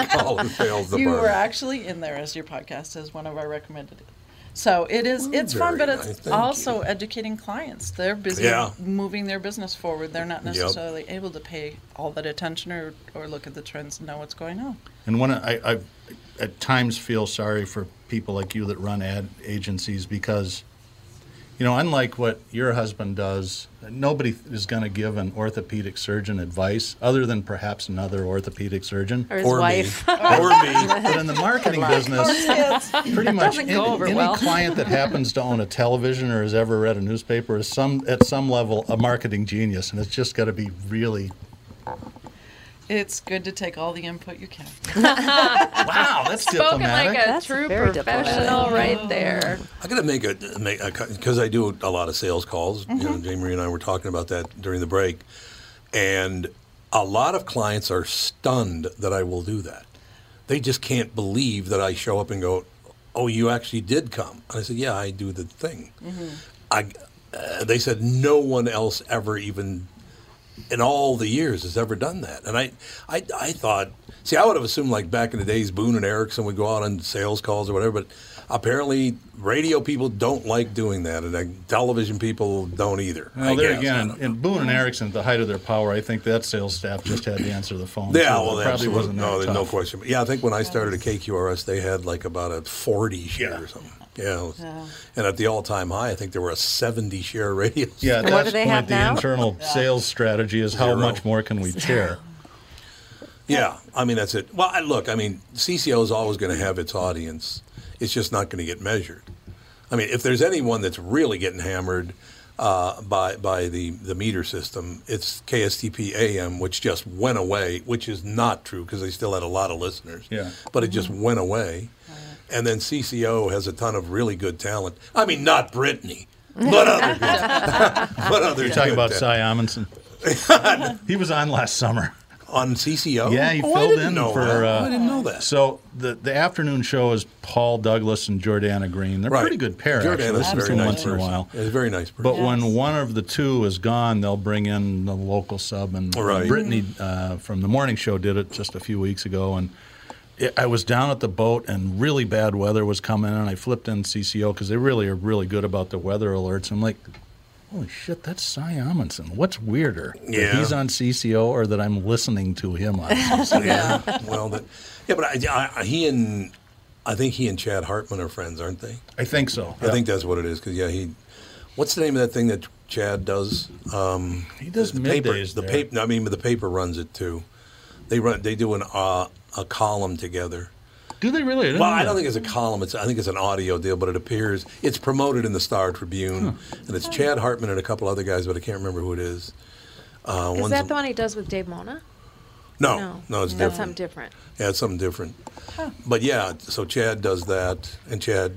[SPEAKER 1] call the sales
[SPEAKER 3] you were actually in there as your podcast as one of our recommended. So it is. It's fun, but
[SPEAKER 1] very
[SPEAKER 3] it's
[SPEAKER 1] nice. Thank
[SPEAKER 3] also educating clients. They're busy
[SPEAKER 1] Yeah.
[SPEAKER 3] moving their business forward. They're not
[SPEAKER 2] Yep.
[SPEAKER 3] necessarily able to pay all that attention or, or look at the trends and know what's going on.
[SPEAKER 2] And one, I, I at times feel sorry for people like you that run ad agencies because, you know, unlike what your husband does, nobody is going to give an orthopedic surgeon advice other than perhaps another orthopedic surgeon
[SPEAKER 5] Or his Or me. wife.
[SPEAKER 1] or me.
[SPEAKER 2] But in the marketing business, pretty much
[SPEAKER 5] doesn't
[SPEAKER 2] any,
[SPEAKER 5] go over
[SPEAKER 2] any
[SPEAKER 5] well.
[SPEAKER 2] client that happens to own a television or has ever read a newspaper is some at some level a marketing genius, and it's just got to be really
[SPEAKER 3] It's good to take all the input you can.
[SPEAKER 2] wow,
[SPEAKER 1] that's Spoken like diplomatic.
[SPEAKER 14] a true
[SPEAKER 1] professional
[SPEAKER 14] right there.
[SPEAKER 1] I got to make a make because I do a lot of sales calls. You know, Jamie and I were talking about that during the break, and a lot of clients are stunned that I will do that. They just can't believe that I show up and go, "Oh, you actually did come." And I said, "Yeah, I do the thing." I, uh, they said no one else ever even in all the years has ever done that. And I, I, I thought, see, I would have assumed like back in the days, Boone and Erickson would go out on sales calls or whatever, but apparently radio people don't like doing that, and uh, television people don't either. I
[SPEAKER 2] Well, there
[SPEAKER 1] guess.
[SPEAKER 2] again, and Boone and Erickson at the height of their power, I think that sales staff just had to answer the phone.
[SPEAKER 1] Yeah,
[SPEAKER 2] so
[SPEAKER 1] well,
[SPEAKER 2] it probably
[SPEAKER 1] they absolutely.
[SPEAKER 2] wasn't that
[SPEAKER 1] no, there's no
[SPEAKER 2] tough.
[SPEAKER 1] question. But yeah, I think when I started at KQRS, they had like about a 40 share or something. Yeah, it was-
[SPEAKER 2] Yeah.
[SPEAKER 1] and at the all-time high, I think there were a 70 share radio.
[SPEAKER 2] Yeah, at that point, the internal sales strategy is how
[SPEAKER 1] Zero.
[SPEAKER 2] much more can we tear?
[SPEAKER 1] Yeah, I mean that's it. Well, I, look, I mean CCO is always going to have its audience. It's just not going to get measured. I mean, if there's anyone that's really getting hammered uh, by by the the meter system, it's KSTP AM, which just went away, which is not true because they still had a lot of listeners.
[SPEAKER 2] Yeah.
[SPEAKER 1] but it just went away. And then CCO has a ton of really good talent. I mean, not Brittany, but other, but other.
[SPEAKER 2] You're talking about Cy Amundsen. he was on last summer.
[SPEAKER 1] On CCO?
[SPEAKER 2] Yeah, he
[SPEAKER 1] Oh, I
[SPEAKER 2] filled
[SPEAKER 1] didn't
[SPEAKER 2] in
[SPEAKER 1] know
[SPEAKER 2] for.
[SPEAKER 1] that.
[SPEAKER 2] Uh,
[SPEAKER 1] I didn't know that.
[SPEAKER 2] So the the afternoon show is Paul Douglas and Jordana Green. They're a pretty good pair. actually.
[SPEAKER 1] Jordan is
[SPEAKER 2] Listen
[SPEAKER 1] a
[SPEAKER 2] to them
[SPEAKER 1] very nice
[SPEAKER 2] once in a
[SPEAKER 1] person.
[SPEAKER 2] while.
[SPEAKER 1] He's a very nice person.
[SPEAKER 2] But when one of the two is gone, they'll bring in the local sub. And
[SPEAKER 1] Right.
[SPEAKER 2] Brittany uh, from the morning show did it just a few weeks ago. And it, I was down at the boat, and really bad weather was coming. And I flipped in CCO because they really are really good about the weather alerts. I'm like, holy shit, that's Cy Amundsen. What's weirder? that
[SPEAKER 1] Yeah.
[SPEAKER 2] he's on CCO or that I'm listening to him on CCO?
[SPEAKER 1] yeah. Well, that, yeah, but I, I, he and I think he and Chad Hartman are friends, aren't they?
[SPEAKER 2] I think so.
[SPEAKER 1] I think that's what it is. Because yeah, he. What's the name of that thing that Chad does? Um,
[SPEAKER 2] he does
[SPEAKER 1] the paper.
[SPEAKER 2] middays
[SPEAKER 1] The
[SPEAKER 2] there.
[SPEAKER 1] paper. I mean, the paper runs it too. They run. They do an uh, a column together.
[SPEAKER 2] Do they really?
[SPEAKER 1] Well, I don't think it's a column. It's I think it's an audio deal, but it appears it's promoted in the Star Tribune, and it's Chad Hartman and a couple other guys, but I can't remember who it is. Uh,
[SPEAKER 15] Is
[SPEAKER 1] one's
[SPEAKER 15] that the one he does with Dave Mona?
[SPEAKER 1] No,
[SPEAKER 15] No.
[SPEAKER 1] no,
[SPEAKER 15] That's
[SPEAKER 1] it's different.
[SPEAKER 15] something different.
[SPEAKER 1] Yeah, it's something different.
[SPEAKER 15] Huh.
[SPEAKER 1] But yeah, so Chad does that, and Chad,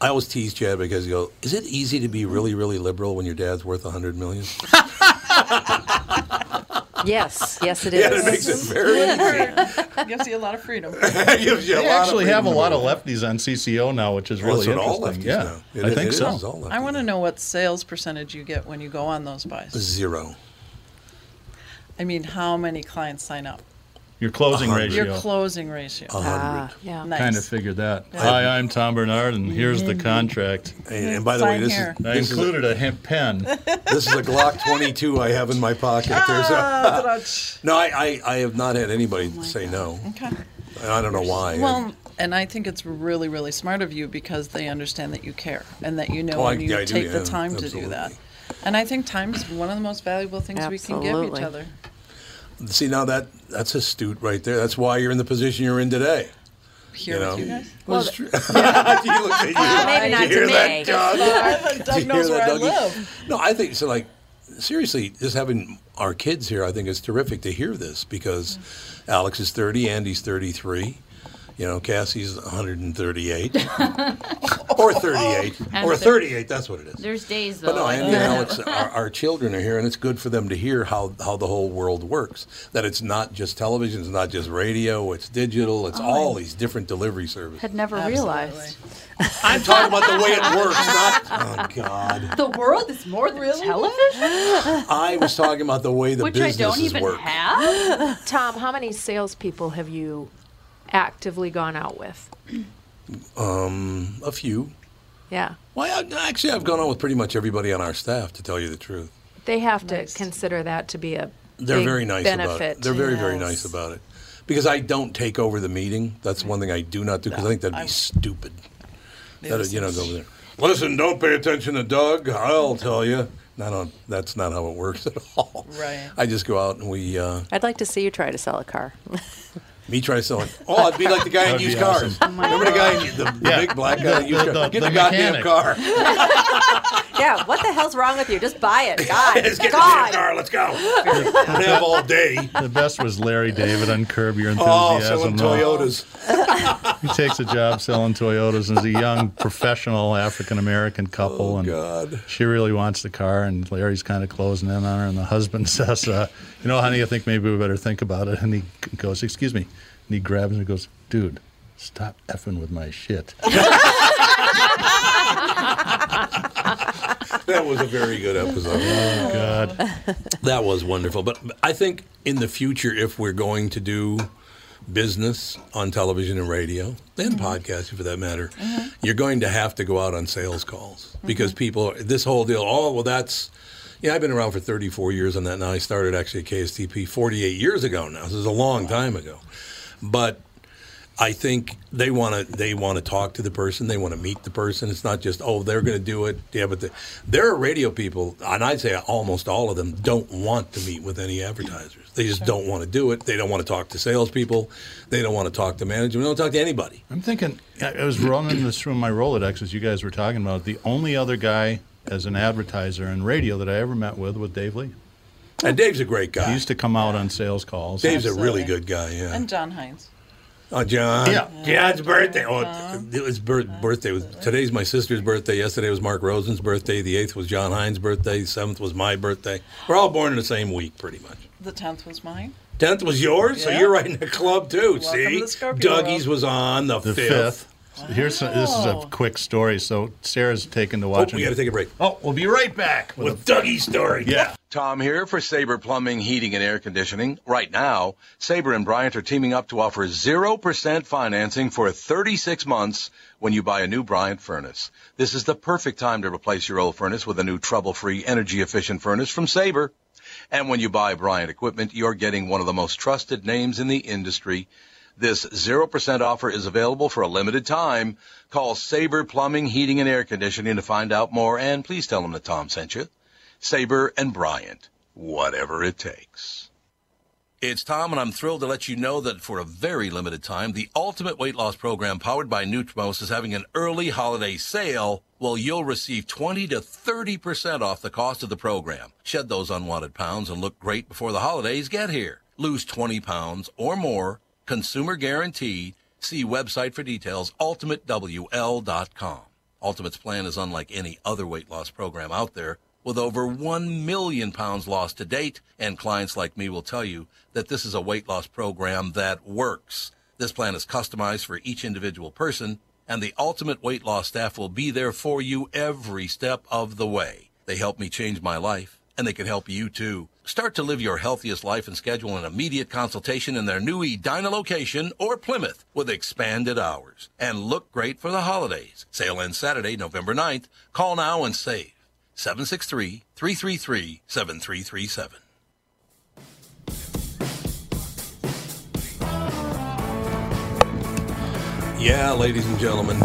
[SPEAKER 1] I always tease Chad because he goes, "Is it easy to be really, really liberal when your dad's worth a hundred million?
[SPEAKER 5] Yes, yes, it is.
[SPEAKER 1] Yeah, it makes it very
[SPEAKER 3] Gives you a lot of freedom.
[SPEAKER 1] Gives
[SPEAKER 2] They actually have a lot of lefties on CCO now, which is
[SPEAKER 1] Well,
[SPEAKER 2] really
[SPEAKER 1] that's what all
[SPEAKER 2] interesting.
[SPEAKER 1] lefties
[SPEAKER 2] yeah,
[SPEAKER 1] know. It
[SPEAKER 2] I
[SPEAKER 1] is-
[SPEAKER 2] think
[SPEAKER 1] it is
[SPEAKER 2] so.
[SPEAKER 1] all
[SPEAKER 3] I want to know what sales percentage you get when you go on those buys.
[SPEAKER 1] Zero.
[SPEAKER 3] I mean, how many clients sign up?
[SPEAKER 2] Your closing ratio.
[SPEAKER 3] Your closing ratio.
[SPEAKER 2] A hundred.
[SPEAKER 3] yeah.
[SPEAKER 2] Kind of figured that.
[SPEAKER 3] Yeah. Mm-hmm.
[SPEAKER 2] Hi, I'm Tom Bernard, and here's the contract.
[SPEAKER 1] And, and by the way,
[SPEAKER 3] Sign
[SPEAKER 1] this
[SPEAKER 3] here.
[SPEAKER 1] is
[SPEAKER 2] I
[SPEAKER 1] this is a-
[SPEAKER 2] included a, hemp pen.
[SPEAKER 1] this is a Glock 22 I have in my
[SPEAKER 3] Oh,
[SPEAKER 1] pocket. There's
[SPEAKER 3] Ah,
[SPEAKER 1] a, no, I, I, I have not had anybody say no.
[SPEAKER 3] Oh Okay.
[SPEAKER 1] And I don't know why.
[SPEAKER 3] Well, and I think it's really, really smart of you because they understand that you care and that you know
[SPEAKER 1] Oh, I-
[SPEAKER 3] and you
[SPEAKER 1] I do,
[SPEAKER 3] take the
[SPEAKER 1] yeah,
[SPEAKER 3] time to do that. And I think time is one of the most valuable things we can give
[SPEAKER 1] Absolutely.
[SPEAKER 3] each other.
[SPEAKER 1] See, now that that's astute right there. That's why you're in the position you're in today. you
[SPEAKER 3] Here with
[SPEAKER 1] know?
[SPEAKER 3] you guys?
[SPEAKER 1] Well,
[SPEAKER 3] Well,
[SPEAKER 1] it's true.
[SPEAKER 3] yeah.
[SPEAKER 1] Do you look at you?
[SPEAKER 3] Maybe
[SPEAKER 1] Do
[SPEAKER 3] not
[SPEAKER 1] you hear
[SPEAKER 3] today.
[SPEAKER 1] that, Doug?
[SPEAKER 3] But Doug
[SPEAKER 1] Do you
[SPEAKER 3] knows
[SPEAKER 1] hear that,
[SPEAKER 3] where I
[SPEAKER 1] Dougie?
[SPEAKER 3] live.
[SPEAKER 1] No, I think so. Like seriously, just having our kids here, I think it's terrific to hear this because Alex is 30, Andy's 33. You know, Cassie's 138 or 38
[SPEAKER 2] Oh.
[SPEAKER 4] And
[SPEAKER 1] or
[SPEAKER 4] thir-
[SPEAKER 1] 38. That's what it is.
[SPEAKER 4] There's days though.
[SPEAKER 1] But no,
[SPEAKER 4] like-
[SPEAKER 1] Andy and
[SPEAKER 6] uh,
[SPEAKER 1] Alex, our, our children are here, and it's good for them to hear how, how the whole world works. That it's not just television, it's not just radio, it's digital, it's
[SPEAKER 4] Oh,
[SPEAKER 1] all
[SPEAKER 4] I-
[SPEAKER 1] these different delivery services.
[SPEAKER 4] Had never realized.
[SPEAKER 1] I'm talking about the way it works, not. Oh, God.
[SPEAKER 4] The world is more than television.
[SPEAKER 1] I was talking about the way the
[SPEAKER 4] Which I
[SPEAKER 1] businesses
[SPEAKER 4] don't even
[SPEAKER 1] work.
[SPEAKER 4] have.
[SPEAKER 15] Tom, how many salespeople have you actively gone out with?
[SPEAKER 1] Um, a few.
[SPEAKER 15] Yeah.
[SPEAKER 1] Well, I, actually, I've gone on with pretty much everybody on our staff, to tell you the truth.
[SPEAKER 15] They have to consider that to be a
[SPEAKER 1] They're
[SPEAKER 15] big
[SPEAKER 1] very nice
[SPEAKER 15] benefit.
[SPEAKER 1] about it. They're very, very nice about it. Because I don't take over the meeting. That's one thing I do not do because I think that'd be stupid.
[SPEAKER 16] They
[SPEAKER 1] That'd,
[SPEAKER 16] listen.
[SPEAKER 1] you know, go over there. Listen, don't pay attention to Doug. I'll tell you. No, no, that's not how it works at all.
[SPEAKER 5] Right.
[SPEAKER 1] I just go out and we, uh,
[SPEAKER 5] I'd like to see you try to sell a car.
[SPEAKER 1] me try selling. Oh, I'd be like the guy in
[SPEAKER 2] That'd be
[SPEAKER 1] used cars.
[SPEAKER 2] awesome.
[SPEAKER 1] Remember the guy, in- the, the
[SPEAKER 2] Yeah.
[SPEAKER 1] big black guy in used
[SPEAKER 2] The-
[SPEAKER 1] cars?
[SPEAKER 2] the-
[SPEAKER 1] Get
[SPEAKER 2] the
[SPEAKER 1] the goddamn
[SPEAKER 2] mechanic.
[SPEAKER 1] car.
[SPEAKER 5] yeah, what the hell's wrong with you? Just buy it. God.
[SPEAKER 1] Let's get
[SPEAKER 5] God.
[SPEAKER 1] the damn car. Let's go. We have all day.
[SPEAKER 2] The best was Larry David on Curb Your
[SPEAKER 1] Oh,
[SPEAKER 2] Enthusiasm.
[SPEAKER 1] selling
[SPEAKER 2] though.
[SPEAKER 1] Toyotas.
[SPEAKER 2] He takes a job selling Toyotas and is a young professional African American couple.
[SPEAKER 1] Oh,
[SPEAKER 2] and She really wants the car, and Larry's kind of closing in on her. And the husband says, uh, You know, honey, I think maybe we better think about it. And he goes, Excuse me. And he grabs her and goes, Dude, stop effing with my shit.
[SPEAKER 1] that was a very good episode.
[SPEAKER 2] Oh, God.
[SPEAKER 1] That was wonderful. But I think in the future, if we're going to do business on television and radio,
[SPEAKER 2] Mm-hmm.
[SPEAKER 1] and podcasting for that matter,
[SPEAKER 16] Mhm.
[SPEAKER 1] you're going to have to go out on sales calls because
[SPEAKER 2] Mm-hmm.
[SPEAKER 1] people, this whole deal, oh, well, that's, yeah, I've been around for 34 years on that now. I started actually at KSTP 48 years ago now. So this is a long time ago. But I think they want to they want to talk to the person. They want to meet the person. It's not just oh they're going to do it. Yeah, but the, there are radio people, and I'd say almost all of them don't want to meet with any advertisers. They just don't want to do it. They don't want to talk to salespeople. They don't want to talk to management. They don't talk to anybody.
[SPEAKER 2] I'm thinking I I was rolling this through my Rolodex as you guys were talking about. The only other guy as an advertiser in radio that I ever met with was Dave Lee.
[SPEAKER 1] And Dave's a great guy.
[SPEAKER 2] He used to come out on sales calls.
[SPEAKER 1] Dave's a really good guy. Yeah.
[SPEAKER 3] And John Hines.
[SPEAKER 1] Oh, John.
[SPEAKER 2] Yeah.
[SPEAKER 1] John's birthday. Oh, it was birth, birthday. Was, today's my sister's birthday. Yesterday was Mark Rosen's birthday. The eighth was John Hines' birthday. The seventh was my birthday. We're all born in the same week, pretty much.
[SPEAKER 3] The 10th was mine.
[SPEAKER 1] Tenth was yours, so
[SPEAKER 3] Yeah.
[SPEAKER 1] you're right in the club too.
[SPEAKER 3] Welcome
[SPEAKER 1] see,
[SPEAKER 3] to Scorpio
[SPEAKER 1] Dougie's
[SPEAKER 3] world.
[SPEAKER 1] was on the,
[SPEAKER 2] The
[SPEAKER 1] fifth.
[SPEAKER 2] fifth. Here's a, this is
[SPEAKER 15] Oh.
[SPEAKER 2] a quick story. So Sarah's taken to watching.
[SPEAKER 1] we gotta take a break.
[SPEAKER 2] Oh, we'll be right back with,
[SPEAKER 1] Dougie's story.
[SPEAKER 2] Yeah.
[SPEAKER 16] Tom here for Sabre Plumbing, Heating, and Air Conditioning. Right now, Sabre and Bryant are teaming up to offer 0% financing for 36 months when you buy a new Bryant furnace. This is the perfect time to replace your old furnace with a new trouble-free, energy-efficient furnace from Sabre. And when you buy Bryant equipment, you're getting one of the most trusted names in the industry. This 0% offer is available for a limited time. Call Sabre Plumbing, Heating, and Air Conditioning to find out more, and please tell them that Tom sent you. Sabre and Bryant, whatever it takes. It's Tom, and I'm thrilled to let you know that for a very limited time, the Ultimate Weight Loss Program powered by Nutrimos is having an early holiday sale. Well, you'll receive 20 to 30% off the cost of the program. Shed those unwanted pounds and look great before the holidays get here. Lose 20 pounds or more. Consumer guaranteed. See website for details, ultimatewl.com. Ultimate's plan is unlike any other weight loss program out there, with over 1 million pounds lost to date, and clients like me will tell you that this is a weight loss program that works. This plan is customized for each individual person, and the Ultimate Weight Loss staff will be there for you every step of the way. They helped me change my life, and they can help you too. Start to live your healthiest life and schedule an immediate consultation in their new Edina location or Plymouth with expanded hours. And look great for the holidays. Sale ends Saturday, November 9th. Call now and save 763 333 7337.
[SPEAKER 1] Yeah, ladies and gentlemen,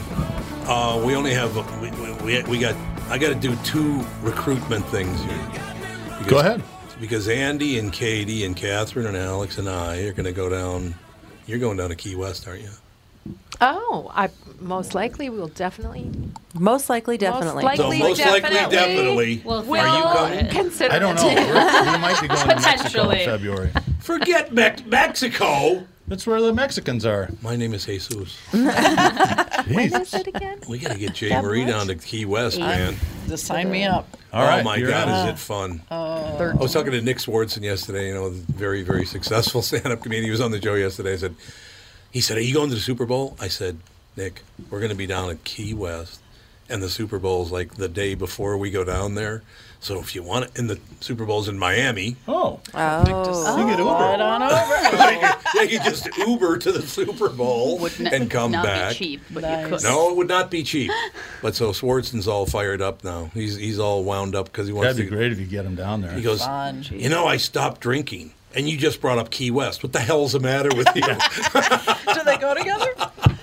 [SPEAKER 1] uh, we only have we, we, we got. I got to do two recruitment things here.
[SPEAKER 2] Go ahead.
[SPEAKER 1] Because Andy and Katie and Catherine and Alex and I are going to go down. You're going down to Key West, aren't you?
[SPEAKER 15] Oh, I most likely will definitely.
[SPEAKER 5] Most likely, definitely.
[SPEAKER 15] Most likely,
[SPEAKER 1] So most likely, definitely.
[SPEAKER 15] Will
[SPEAKER 1] Are you coming?
[SPEAKER 15] Consider
[SPEAKER 1] I don't
[SPEAKER 15] it.
[SPEAKER 1] know. We're- we might
[SPEAKER 2] be going to Mexico in February.
[SPEAKER 1] Forget Mex Mexico.
[SPEAKER 2] That's where the Mexicans are.
[SPEAKER 1] My name is Jesus.
[SPEAKER 2] Jeez.
[SPEAKER 1] We got to get Jay Marie down to Key West, man.
[SPEAKER 3] Just sign me up.
[SPEAKER 2] All right,
[SPEAKER 1] oh my
[SPEAKER 2] you're
[SPEAKER 1] God,
[SPEAKER 2] in.
[SPEAKER 1] is it fun?
[SPEAKER 3] Oh.
[SPEAKER 1] I was talking to Nick Swartzen yesterday, you know, the very, very successful stand up comedian. He was on the show yesterday. I said, he said, Are you going to the Super Bowl? I said, Nick, we're going to be down at Key West, and the Super Bowl's like the day before we go down there. So if you want it, and the Super Bowl's in Miami.
[SPEAKER 2] Oh.
[SPEAKER 5] Oh.
[SPEAKER 1] You get Uber.
[SPEAKER 3] Right on over.
[SPEAKER 1] yeah, you just Uber to the Super Bowl and come
[SPEAKER 6] not
[SPEAKER 1] back.
[SPEAKER 6] Be cheap, but you
[SPEAKER 3] Nice.
[SPEAKER 6] could.
[SPEAKER 1] No, it would not be cheap. But so Swartzen's all fired up now. He's he's all wound up because he wants
[SPEAKER 2] That'd be
[SPEAKER 1] to
[SPEAKER 2] great if you get him down there.
[SPEAKER 1] He goes, you know, I stopped drinking, and you just brought up Key West. What the hell's the matter with you?
[SPEAKER 3] Do they go together?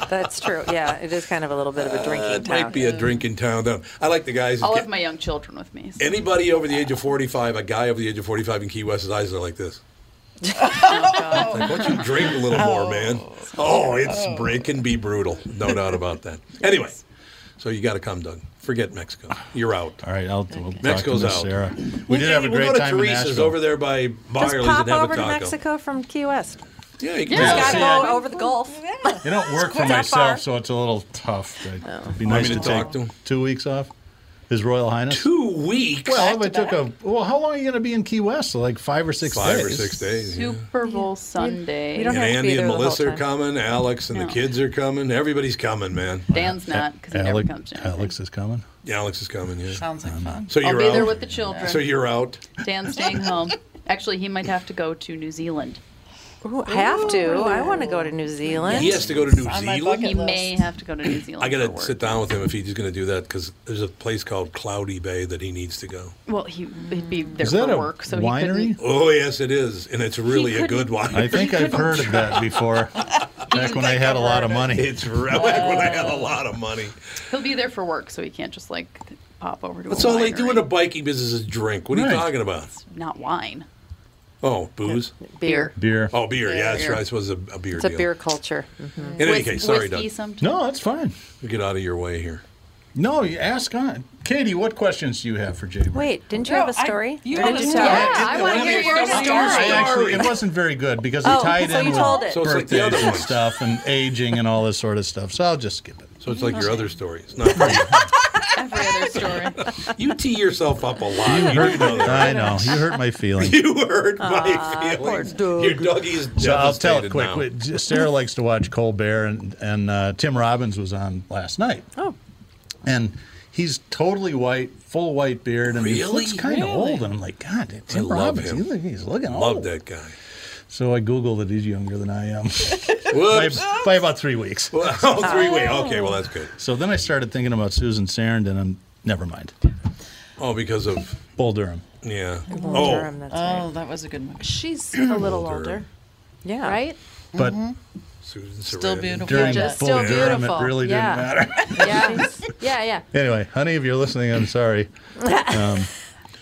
[SPEAKER 5] That's true. Yeah, it is kind of a little bit of a drinking
[SPEAKER 1] it
[SPEAKER 5] town. Oh,
[SPEAKER 1] might be a drinking town. Down. I like the Uh, guys. that
[SPEAKER 6] I'll
[SPEAKER 1] get-
[SPEAKER 6] have my young children with me. so-
[SPEAKER 1] anybody over the age of forty-five, a guy over the age of forty-five in Key West's eyes are like this. Like, why don't you drink a little more, man? Oh, it's it can be brutal, no doubt about that. Anyway, so you got to come, Doug. Forget Mexico. You're out.
[SPEAKER 2] All right, I'll we'll talk
[SPEAKER 1] Mexico's
[SPEAKER 2] to Miss
[SPEAKER 1] out.
[SPEAKER 2] Sarah. We
[SPEAKER 1] We'll
[SPEAKER 2] did
[SPEAKER 1] get-
[SPEAKER 2] have a
[SPEAKER 1] we'll
[SPEAKER 2] great
[SPEAKER 1] go to
[SPEAKER 2] time in
[SPEAKER 1] Teresa's
[SPEAKER 2] Nashville.
[SPEAKER 1] over there by
[SPEAKER 5] Just
[SPEAKER 1] Byerly's
[SPEAKER 5] pop
[SPEAKER 1] and have
[SPEAKER 5] over
[SPEAKER 1] a
[SPEAKER 5] to
[SPEAKER 1] taco.
[SPEAKER 5] Mexico from Key West.
[SPEAKER 1] Yeah,
[SPEAKER 5] you
[SPEAKER 1] you
[SPEAKER 5] can
[SPEAKER 1] can
[SPEAKER 5] just
[SPEAKER 1] do
[SPEAKER 5] gotta
[SPEAKER 1] that.
[SPEAKER 5] go
[SPEAKER 1] Yeah.
[SPEAKER 5] over the Gulf.
[SPEAKER 2] It don't work for
[SPEAKER 5] It's not far.
[SPEAKER 2] myself, so it's a little tough. It'd
[SPEAKER 15] Oh.
[SPEAKER 2] be
[SPEAKER 1] Want
[SPEAKER 2] nice
[SPEAKER 1] me
[SPEAKER 2] to,
[SPEAKER 1] to
[SPEAKER 2] take
[SPEAKER 1] talk to
[SPEAKER 2] two weeks off. His Royal Highness.
[SPEAKER 1] Two weeks.
[SPEAKER 2] Well, if I
[SPEAKER 6] Back to
[SPEAKER 2] took a well, how long are you going to be in Key West? So like five or six
[SPEAKER 1] Five
[SPEAKER 2] days.
[SPEAKER 1] or six days, yeah.
[SPEAKER 6] Super Bowl Sunday.
[SPEAKER 1] and Andy and Melissa are coming. Alex and
[SPEAKER 6] No.
[SPEAKER 1] the kids are coming. Everybody's coming, man.
[SPEAKER 6] Dan's not because he never
[SPEAKER 1] Alec-
[SPEAKER 6] comes. down.
[SPEAKER 2] Alex is coming.
[SPEAKER 1] Alex is coming. Yeah.
[SPEAKER 3] Sounds like fun.
[SPEAKER 1] So
[SPEAKER 6] I'll
[SPEAKER 1] you're
[SPEAKER 6] be
[SPEAKER 1] out.
[SPEAKER 6] there with the children.
[SPEAKER 1] So you're out.
[SPEAKER 6] Dan's staying home. Actually, he might have to go to New Zealand.
[SPEAKER 5] Ooh, I have to. I want to go to New Zealand.
[SPEAKER 1] He has to go to New It's on my Zealand? bucket
[SPEAKER 5] He may have to go to New Zealand.
[SPEAKER 1] I got to sit down with him if he's going to do that because there's a place called Cloudy Bay that he needs to go.
[SPEAKER 6] Well, he, he'd be there for work, so he couldn't.
[SPEAKER 1] Oh yes, it is, and it's really a good one.
[SPEAKER 2] I think I've heard of that before. Back when I had a lot of money.
[SPEAKER 1] It's re- back when I had a lot of money.
[SPEAKER 6] He'll be there for work, so he can't just like pop over to.
[SPEAKER 1] That's
[SPEAKER 6] a
[SPEAKER 1] all they
[SPEAKER 6] winery.
[SPEAKER 1] do in a biking business is drink. What are you
[SPEAKER 6] Right.
[SPEAKER 1] talking about?
[SPEAKER 6] Not wine.
[SPEAKER 1] Oh, booze,
[SPEAKER 6] Beer.
[SPEAKER 2] Beer.
[SPEAKER 1] Oh, beer. Yeah, that's
[SPEAKER 6] Beer.
[SPEAKER 1] right. I suppose it's a, a beer
[SPEAKER 5] It's a
[SPEAKER 1] deal.
[SPEAKER 5] beer culture.
[SPEAKER 1] In any case, sorry, Doug.
[SPEAKER 2] No, that's fine.
[SPEAKER 1] We get out of your way here.
[SPEAKER 2] No, you ask on. Katie, what questions do you have for Jay?
[SPEAKER 5] Wait, didn't you
[SPEAKER 3] No,
[SPEAKER 5] have a
[SPEAKER 3] I-
[SPEAKER 5] story?
[SPEAKER 3] you
[SPEAKER 5] Or
[SPEAKER 3] have
[SPEAKER 5] did
[SPEAKER 3] a
[SPEAKER 5] you
[SPEAKER 3] story.
[SPEAKER 5] tell
[SPEAKER 3] Yeah, I
[SPEAKER 5] it?
[SPEAKER 3] wanna Let me hear your tell my story.
[SPEAKER 2] I actually, it wasn't very good because it
[SPEAKER 5] Oh,
[SPEAKER 2] tied
[SPEAKER 5] so
[SPEAKER 2] in
[SPEAKER 5] you
[SPEAKER 2] with
[SPEAKER 5] told it.
[SPEAKER 1] So it's like the
[SPEAKER 2] birthdays
[SPEAKER 1] other
[SPEAKER 2] and
[SPEAKER 1] ones.
[SPEAKER 2] stuff and aging and all this sort of stuff. So I'll just skip it.
[SPEAKER 1] So it's like your other story. It's not for you. you tee yourself up a lot.
[SPEAKER 2] You
[SPEAKER 1] do
[SPEAKER 2] hurt
[SPEAKER 1] that.
[SPEAKER 2] my, I know. You hurt my feelings.
[SPEAKER 1] You hurt my feelings. Your doggy is
[SPEAKER 2] So I'll tell it
[SPEAKER 1] devastated
[SPEAKER 2] quick.
[SPEAKER 1] now.
[SPEAKER 2] Wait, J- Sarah likes to watch Colbert, and and uh, Tim Robbins was on last night.
[SPEAKER 5] Oh,
[SPEAKER 2] and he's totally white, full white beard, and he
[SPEAKER 1] Really?
[SPEAKER 2] looks kind of
[SPEAKER 1] Really?
[SPEAKER 2] old. And I'm like, God, Tim
[SPEAKER 1] I love
[SPEAKER 2] Robbins,
[SPEAKER 1] him.
[SPEAKER 2] he look- he's looking
[SPEAKER 1] Love
[SPEAKER 2] old.
[SPEAKER 1] that guy.
[SPEAKER 2] So I googled that he's younger than I am by,
[SPEAKER 1] Whoops.
[SPEAKER 2] by about three weeks.
[SPEAKER 1] oh, three way. Okay, well that's good.
[SPEAKER 2] So then I started thinking about Susan Sarandon, and never mind.
[SPEAKER 1] Oh, because of
[SPEAKER 2] Bull Durham.
[SPEAKER 1] yeah.
[SPEAKER 2] Oh.
[SPEAKER 3] oh, that was a good one. Mm-hmm.
[SPEAKER 15] She's a little
[SPEAKER 1] Older.
[SPEAKER 15] older. Yeah. Right?
[SPEAKER 2] But
[SPEAKER 1] Uh-huh. Susan
[SPEAKER 3] Still
[SPEAKER 1] Sarandon.
[SPEAKER 3] beautiful.
[SPEAKER 2] during
[SPEAKER 3] Just
[SPEAKER 2] Bull
[SPEAKER 15] still
[SPEAKER 2] Durham,
[SPEAKER 15] beautiful.
[SPEAKER 2] it really
[SPEAKER 15] Yeah.
[SPEAKER 2] didn't matter.
[SPEAKER 15] Yeah. yeah, yeah.
[SPEAKER 2] anyway, honey, if you're listening, I'm sorry. Um,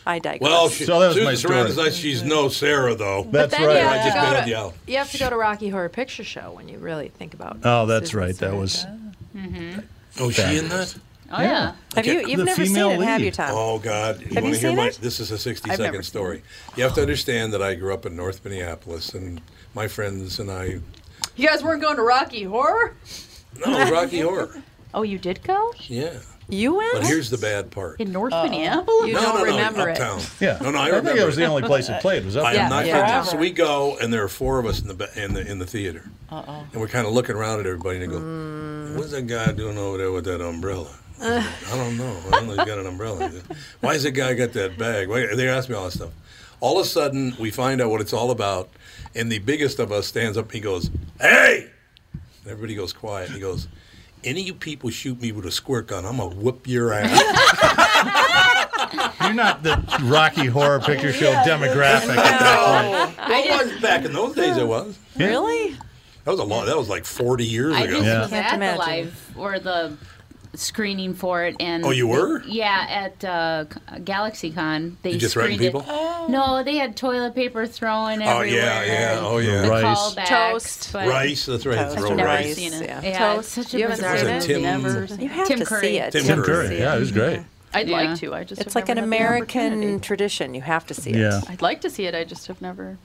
[SPEAKER 5] I digress.
[SPEAKER 1] Well, she,
[SPEAKER 2] So that was
[SPEAKER 1] Susan
[SPEAKER 2] my story.
[SPEAKER 1] Sarandon's not- she's no Sarah though.
[SPEAKER 2] That's
[SPEAKER 15] then
[SPEAKER 2] right.
[SPEAKER 15] You have,
[SPEAKER 1] I just bailed
[SPEAKER 15] to
[SPEAKER 1] you
[SPEAKER 15] go
[SPEAKER 1] out.
[SPEAKER 15] to, you have to go to Rocky Horror Picture Show when you really think about
[SPEAKER 2] oh, that's
[SPEAKER 15] Susan
[SPEAKER 2] right. That was.
[SPEAKER 15] Mm-hmm.
[SPEAKER 1] Oh, is she in that?
[SPEAKER 15] Oh, yeah.
[SPEAKER 5] Have you- you've The never seen female it, have lead. you, Tom?
[SPEAKER 1] Oh God!
[SPEAKER 5] Have
[SPEAKER 1] wanna
[SPEAKER 5] you
[SPEAKER 1] hear
[SPEAKER 5] seen
[SPEAKER 1] my?
[SPEAKER 5] it?
[SPEAKER 1] This is a
[SPEAKER 5] I've never
[SPEAKER 1] sixty-second
[SPEAKER 5] seen
[SPEAKER 1] story. You have to understand that I grew up in North Minneapolis, and my friends and I.
[SPEAKER 6] You guys weren't going to Rocky Horror?
[SPEAKER 1] No, Rocky Horror.
[SPEAKER 6] Oh, you did go
[SPEAKER 1] Yeah.
[SPEAKER 5] You went.
[SPEAKER 1] But here's the bad part.
[SPEAKER 6] in North Minneapolis.
[SPEAKER 1] no, no, no, uptown.
[SPEAKER 2] Yeah.
[SPEAKER 1] No, no, I,
[SPEAKER 2] I think
[SPEAKER 1] remember.
[SPEAKER 2] it was the only place it played, was
[SPEAKER 1] I
[SPEAKER 2] uptown.
[SPEAKER 1] am not
[SPEAKER 2] Yeah.
[SPEAKER 1] kidding. So we go, and there are four of us in the ba- in the in the theater,
[SPEAKER 3] Uh oh.
[SPEAKER 1] and we're kind of looking around at everybody, and I go,
[SPEAKER 2] Mm.
[SPEAKER 1] "What's that guy doing over there with that umbrella?"
[SPEAKER 6] Uh,
[SPEAKER 1] I don't know. I don't know. He's got an umbrella. Why has that guy got that bag? Why, they asked me all that stuff. All of a sudden, we find out what it's all about, and the biggest of us stands up and he goes, Hey! And everybody goes quiet. And he goes, Any of you people shoot me with a squirt gun, I'm going to whip your ass.
[SPEAKER 2] You're not the Rocky Horror Picture Show demographic.
[SPEAKER 1] No. I was back in those days, it was.
[SPEAKER 5] Really?
[SPEAKER 1] That was a long, that was like 40 years
[SPEAKER 6] I
[SPEAKER 1] ago.
[SPEAKER 6] just was at the live or the screening for it, and
[SPEAKER 1] Oh, you were?
[SPEAKER 6] Yeah, at uh, GalaxyCon. They
[SPEAKER 1] You just threatened
[SPEAKER 6] screened it.
[SPEAKER 1] people?
[SPEAKER 6] No, they had toilet paper thrown
[SPEAKER 1] Oh,
[SPEAKER 6] everywhere.
[SPEAKER 1] yeah, yeah. Oh, yeah.
[SPEAKER 6] The
[SPEAKER 1] Rice.
[SPEAKER 6] callbacks,
[SPEAKER 5] Toast.
[SPEAKER 6] but-
[SPEAKER 1] Rice, that's right, Toast. throw
[SPEAKER 6] never
[SPEAKER 1] rice.
[SPEAKER 6] Seen it.
[SPEAKER 5] Yeah.
[SPEAKER 6] Yeah,
[SPEAKER 5] Toast.
[SPEAKER 6] it's such
[SPEAKER 5] You
[SPEAKER 6] a
[SPEAKER 5] haven't
[SPEAKER 6] bizarre
[SPEAKER 5] seen
[SPEAKER 6] movie.
[SPEAKER 5] it? Tim-
[SPEAKER 6] Never seen
[SPEAKER 5] You
[SPEAKER 6] it.
[SPEAKER 5] have
[SPEAKER 6] Tim
[SPEAKER 5] to
[SPEAKER 6] Curry.
[SPEAKER 5] see it.
[SPEAKER 2] Tim Tim Curry, Curry, yeah, it was great.
[SPEAKER 6] I'd
[SPEAKER 5] Yeah.
[SPEAKER 6] like to. I just have
[SPEAKER 5] it's like an
[SPEAKER 6] never had the
[SPEAKER 5] American
[SPEAKER 6] opportunity.
[SPEAKER 5] tradition. You have to see it.
[SPEAKER 2] Yeah.
[SPEAKER 6] I'd like to see it. I just have never.